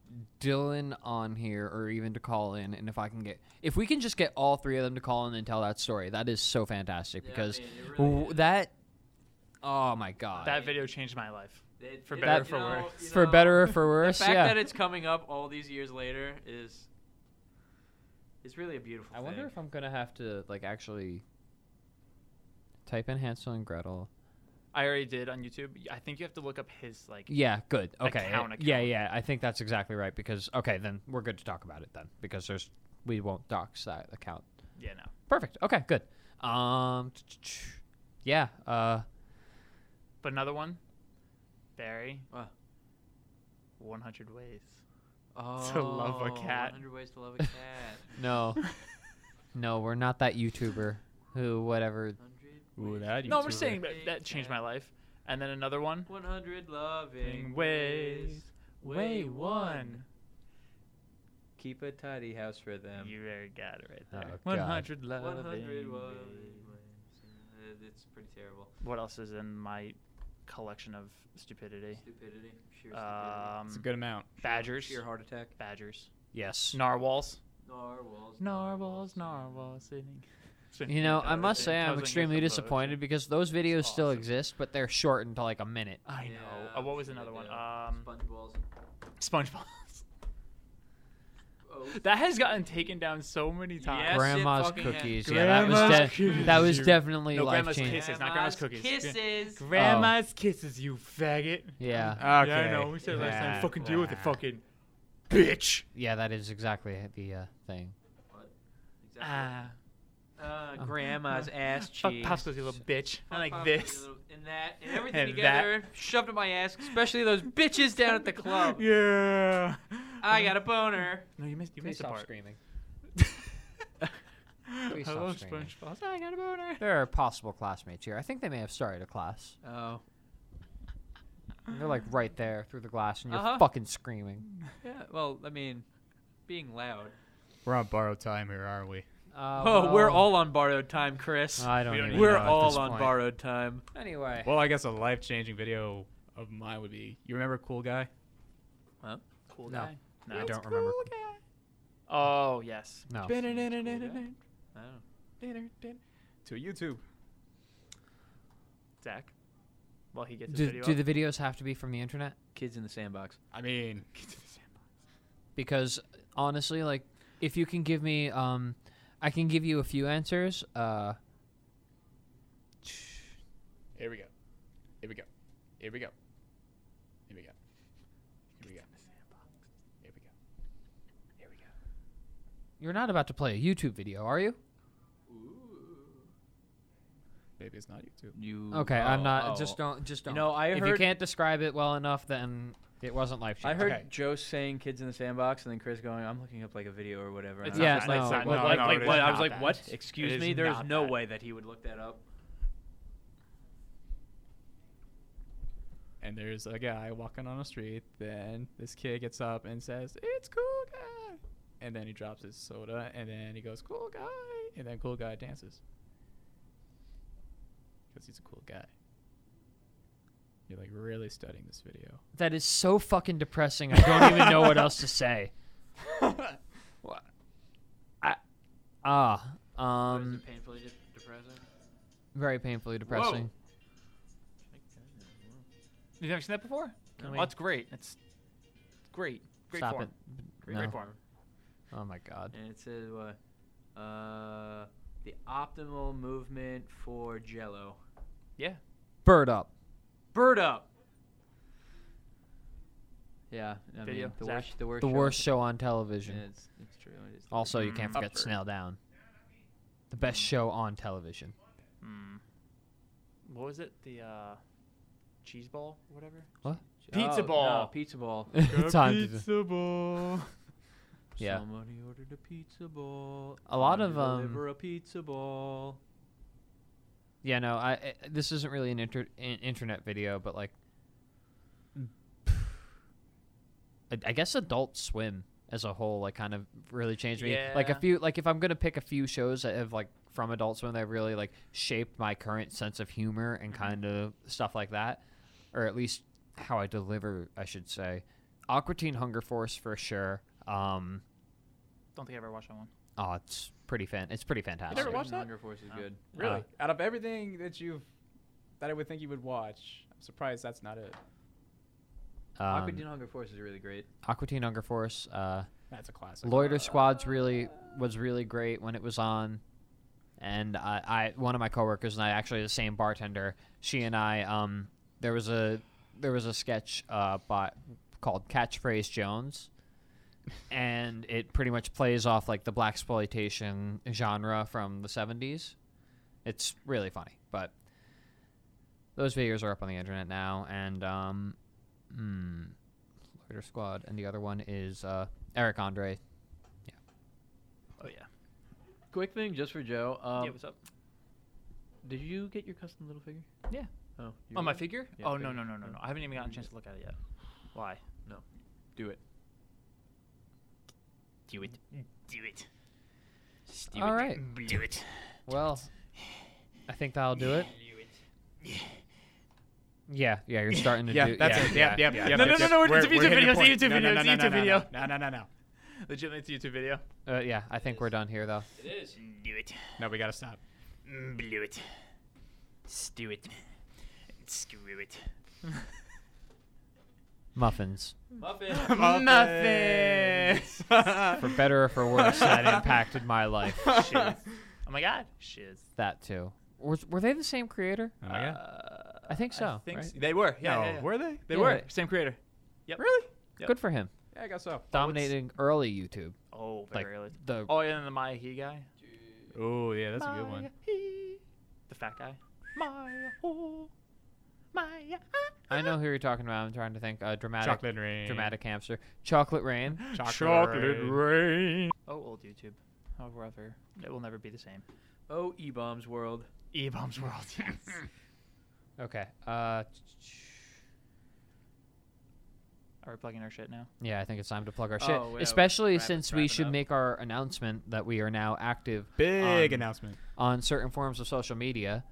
A: Dylan on here or even to call in and if I can get if we can just get all three of them to call in and tell that story, that is so fantastic because w- that oh my god.
D: That video changed my life. For
B: it-
D: better or
B: you
D: for
B: know,
D: worse.
B: you
A: for
B: know,
A: better or for
B: The
A: worse,
B: fact
A: yeah.
B: that it's coming up all these years later is is really a beautiful
A: I
B: thing.
A: wonder if I'm gonna have to like actually type in Hansel and Gretel.
D: I already did on YouTube. I think you have to look up his like.
A: Yeah, good. Okay.
D: Account,
A: uh, Yeah,
D: account.
A: yeah. I think that's exactly right because okay, then we're good to talk about it then because there's we won't dox that account.
D: Yeah, no.
A: Perfect. Okay, good. Um, yeah. Uh,
D: But another one, Barry.
B: What?
D: One hundred ways.
B: oh,
D: to love a cat.
B: 100 ways to love a cat.
A: no, no, we're not that YouTuber who whatever.
B: 100
C: Ooh,
B: ways
C: that
B: to
D: No,
C: YouTuber.
D: we're saying that,
B: a
D: that changed
B: cat.
D: my life. And then another one.
B: 100 loving
D: Loving
B: ways.
D: ways.
B: Way one. Keep a tidy house for them.
D: You already got it right
A: Oh,
D: there.
A: God.
D: One hundred
B: 100
D: loving.
B: wa-
D: ways.
B: ways. It's pretty terrible.
D: What else is in my collection of stupidity?
B: Stupidity. Sheer stupidity.
D: Eh. Um,
C: It's a good amount.
D: badgers.
B: Sheer heart attack.
D: Badgers.
A: Yes.
D: Narwhals.
B: Narwhals.
D: Narwhals. Narwhals. Sitting.
A: You know, I must say I'm extremely disappointed because those videos still
D: awesome.
A: exist, but they're shortened to like a minute.
D: I know.
B: Yeah,
D: Uh, what was
B: sure
D: another
B: they
D: one?
B: do.
D: Um,
B: Sponge balls.
D: SpongeBob.
B: Oh,
D: that has gotten taken down so many times.
B: Yes, it
A: Grandma's
B: fucking has.
A: cookies. Yeah, that
D: Grandma's
A: was de- that was
D: cookies.
A: definitely
D: No,
A: life
D: grandma's
A: changing.
D: Kisses, not grandma's cookies.
B: Kisses.
A: Grandma's
D: kisses, you faggot.
A: Yeah.
C: Okay.
D: Yeah, I know. We said last time.
C: Yeah.
D: Fucking deal with it,
A: Yeah.
D: fucking bitch.
A: Yeah, that is exactly the uh, thing.
B: Exactly. Uh, grandma's ass
D: Ah. fuck
B: cheese.
D: popsicles, you little bitch. I like
B: Fuck you
D: this.
B: little- And that, and everything
D: And that.
B: together, shoved in my ass, especially those bitches down at the club.
D: Yeah.
B: I got a boner.
D: No, you missed. You missed a part.
A: screaming. Please
D: I
A: stop
D: love
A: screaming.
D: SpongeBob. I got a boner.
A: There are possible classmates here. I think they may have started a class.
B: Oh.
A: They're like right there through the glass, and you're
B: Uh-huh.
A: fucking screaming.
B: Yeah, well, I mean, being loud.
C: We're on borrowed time here, are we?
A: Uh,
B: oh, we're
A: well,
B: all on borrowed time, Chris.
A: I don't.
C: we don't
A: even
C: even
A: know
B: We're
A: at this
B: all on
A: point.
B: borrowed time.
A: Anyway,
C: Well, I guess a life changing video of mine would be. You remember Cool Guy?
D: Cool
A: No.
D: guy.
A: I don't remember.
D: Oh yes.
A: No.
B: I don't know.
C: To YouTube.
D: Zach. Well, he gets his
A: Do,
D: video.
A: do
D: up.
A: the videos have to be from the internet?
B: Kids in the sandbox.
C: I mean,
A: Because honestly, like, if you can give me, um, I can give you a few answers. Uh,
C: here we go. Here we go. Here we go. Here we go. Here we go. Here we go. Here we go.
A: you're not about to play a YouTube video, are you?
C: Maybe it's not YouTube.
B: You.
A: Okay, I'm
B: oh,
A: not.
B: oh.
A: Just don't. Just don't.
B: You know, I
A: if you
B: heard-
A: can't describe it well enough, then it wasn't life
B: I heard
C: Okay.
B: Joe saying "kids in the sandbox" and then Chris going, "I'm looking up like a video or whatever." and
D: It's
B: I was
A: Yeah,
B: just
A: no,
B: like,
A: it's
B: what,
C: not-
B: like,
C: no,
B: like,
C: it is
B: what? I
C: not
B: was like,
D: that.
B: "What?
D: It
B: Excuse
D: is
B: me." There's
D: not
B: no
D: that.
B: way that he would look that up.
C: And there's a guy walking on the street. Then this kid gets up and says, "It's Cool Guy." And then he drops his soda. And then he goes, "Cool Guy." And then Cool Guy dances. Because he's a cool guy. You're like really studying this video.
A: That is so fucking depressing. I don't even know what else to say. I, ah, um,
B: painfully depressing?
A: very painfully depressing.
D: You've never seen that before?
A: Can
D: Oh,
A: we-
D: that's great. It's great. Great
A: Stop
D: form.
A: it.
D: Great,
A: No.
D: form.
A: Oh my god.
B: and it says what? Uh, the optimal movement for Jello.
D: Yeah.
A: Bird up.
B: Bird up. Yeah, I
D: Video,
B: mean the
D: Zach.
B: worst, the worst,
A: The
B: show.
A: worst show on
B: Yeah,
A: television.
B: it's, it's true. It is.
A: Also, you can't
D: Mm,
A: forget
D: upper.
A: Snail Down. The best show on television.
D: Mm. What was it? The uh, cheese ball, or whatever.
B: Oh,
D: Pizza
B: no,
D: ball.
B: pizza ball.
A: Time to do-
C: ball.
A: Yeah.
B: Somebody ordered a pizza ball.
A: A lot
B: Gonna
A: of, um,
B: Deliver a pizza ball.
A: Yeah, no, I, I this isn't really an, inter, an internet video, but like, I, I guess Adult Swim as a whole, like, kind of really changed me. Like a
D: Yeah.
A: few, like if I'm gonna pick a few shows that have like from Adult Swim that really like shaped my current sense of humor and
D: Mm-hmm.
A: kind of stuff like that, or at least how I deliver, I should say. Aqua Teen Hunger Force for sure. Um,
D: Don't think I ever watched that one.
A: oh, it's pretty fan. It's pretty fantastic.
D: never watched
B: Hunger
D: that?
B: Force is
D: No.
B: good.
C: Really?
A: Uh,
C: Out of everything that you've that I would think you would watch, I'm surprised that's not it.
B: Aqua
A: um,
B: Teen Hunger Force is really great.
A: Aqua Teen Hunger Force. Uh,
C: That's a classic.
A: Loiter Squad's really was really great when it was on, and I, I one of my coworkers and I actually the same bartender. She and I um there was a there was a sketch uh by called Catchphrase Jones, and it pretty much plays off like the black exploitation genre from the seventies. It's really funny, but those videos are up on the internet now, and um, hmm, Loiter Squad, and the other one is uh, Eric Andre Uh,
D: Oh yeah.
B: Quick thing, just for Joe. Um,
D: yeah. What's up?
B: Did you get your custom little figure?
D: Yeah.
B: Oh, you
D: Oh, my
B: did?
D: figure?
B: Yeah,
D: oh no
B: figure.
D: no no no no! I haven't even gotten a chance to look at it yet. Why?
B: Do it.
D: Do it. Do it. Just do
A: All
D: it.
A: right.
D: Do it.
A: Well, I think that'll do it. Yeah, yeah, you're starting to
C: Yeah,
A: do.
C: that's
A: yeah,
C: it. Yep,
A: yeah.
C: yep, yep.
D: No,
C: yep,
D: no, no,
C: yep.
D: no, it's
C: We're-
D: a
C: we're
D: YouTube
C: hitting
D: video, it's a
C: point.
D: YouTube
C: No, no,
D: video,
C: no,
D: it's a
C: no, no,
D: YouTube
C: no,
D: video.
C: No, no, no, no, no.
D: Legitimately, it's a YouTube video.
A: Uh, yeah, I think we're done here though.
B: It is.
D: Do it.
C: No, we gotta stop.
D: Blew it. Stew it. Screw it.
A: Muffins,
B: Muffin.
C: Muffins.
A: for better or for worse, that impacted my life.
D: Shiz. Oh my god. Shiz.
A: That too. Was, were they the same creator?
C: Oh my god.
D: Uh,
A: I think so. right?
D: s- They were. Yeah.
C: no,
D: yeah, yeah.
C: were they?
D: They
A: Yeah.
D: were. Same creator. Yep. Really? Yep.
A: Good for him.
C: Yeah, I guess so.
A: Dominating early YouTube.
D: Oh,
A: Like,
D: very early.
A: The
D: Oh, yeah, and the Maya He guy.
C: Oh yeah, that's a good one.
D: Maya He. The fat guy. Maya Ho. Maya.
A: I know who you're talking about. I'm trying to think. Uh, dramatic,
C: Chocolate rain.
A: dramatic hamster. Chocolate rain.
C: Chocolate, rain.
A: rain.
D: Oh, old YouTube. However, ever. it will never be the same.
B: Oh, E Bombs World.
D: E Bombs World. Yes.
A: Okay. Uh,
D: Are we plugging our shit now?
A: Yeah, I think it's time to plug our shit.
B: Oh, yeah,
A: Especially
B: wrap it-
A: since
B: wrap
A: we
B: it
A: should
B: up.
A: make our announcement that we are now active
C: Big
A: Um,
C: announcement.
A: on certain forms of social media.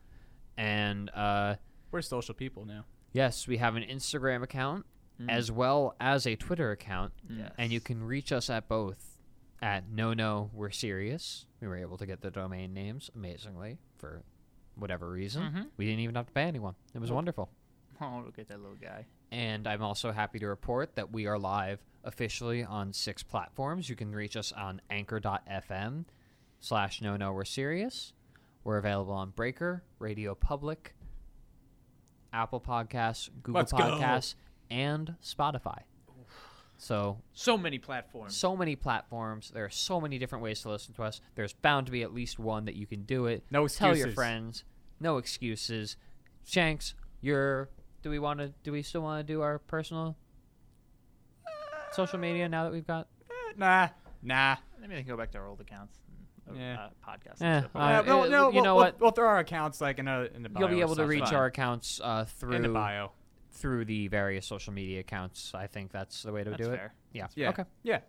A: And uh,
C: We're social people now.
A: yes, we have an Instagram account
B: Mm.
A: as well as a Twitter account.
C: Mm.
D: Yes.
A: And you can reach us at both at No No We're Serious. We were able to get the domain names amazingly for whatever reason.
D: Mhm.
A: We didn't even have to pay anyone. It was wonderful.
D: Oh, look at that little guy.
A: And I'm also happy to report that we are live officially on six platforms. You can reach us on anchor.fm slash no no we're serious. We're available on Breaker, Radio Public, Apple Podcasts, Google
C: Let's go.
A: Podcasts, and Spotify. So
B: So many platforms.
A: so many platforms. There are so many different ways to listen to us. There's bound to be at least one that you can do it.
C: No
A: Tell your
C: excuses.
A: friends. No excuses. Shanks, you're. Do we want to? Do we still want to do our personal uh, social media now that we've got?
C: Eh, Nah, nah.
D: Maybe they can go back to our old accounts and uh,
C: Yeah.
D: uh, podcasts.
A: Eh,
D: and stuff.
A: Uh,
C: Uh, no,
A: it-
C: no,
A: you
C: we'll,
A: know
C: we'll-
A: what?
C: We'll throw our accounts like in, a, in the bio.
A: You'll be
C: or
A: able to
C: something.
A: reach
C: Fine.
A: our accounts uh, through
C: in the bio.
A: through the various social media accounts. I think that's the way to
D: That's
A: do it.
D: fair.
A: Yeah.
C: Yeah.
A: Okay.
C: Yeah.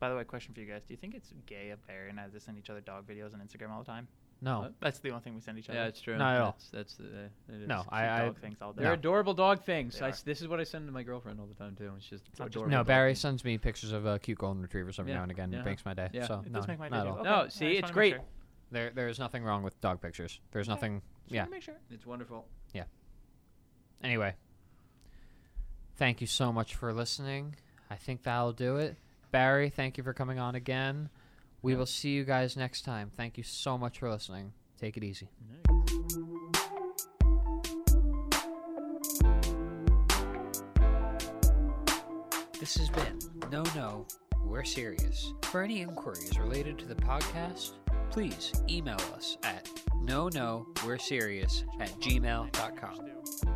D: By the way, question for you guys: Do you think it's gay if Barry and I just send each other dog videos on Instagram all the time?
A: No.
B: What?
D: That's the only thing we send each other.
B: Yeah, it's true.
A: Not at all.
B: That's, that's the. it is.
A: No,
D: Just
A: I- uh, I-
D: dog things all day.
B: They're adorable dog things.
D: They
B: I
D: are.
B: s this is what I send to my girlfriend all the time too. It's just
D: not just
B: adorable.
A: No,
B: dog
A: Barry
B: things.
A: sends me pictures of uh, cute golden retrievers every
B: Yeah.
A: now and again.
B: Yeah.
A: It breaks my day.
B: Yeah.
A: So
D: It
A: no,
D: does make my day.
A: not at
D: go,
A: all.
D: okay,
B: No,
D: I just
B: see,
D: wanna
B: it's
D: make
B: great.
D: sure.
A: There, there's nothing wrong with dog pictures. There's
D: Okay.
A: nothing.
D: Just
A: Yeah.
D: wanna Make sure.
B: It's wonderful.
A: Anyway, thank you so much for listening. I think that'll do it. Barry, thank you for coming on again. We will see you guys next time. Thank you so much for listening. Take it easy. This has been No No, We're Serious. For any inquiries related to the podcast, please email us at no no we're serious at gmail.com.
D: Just do.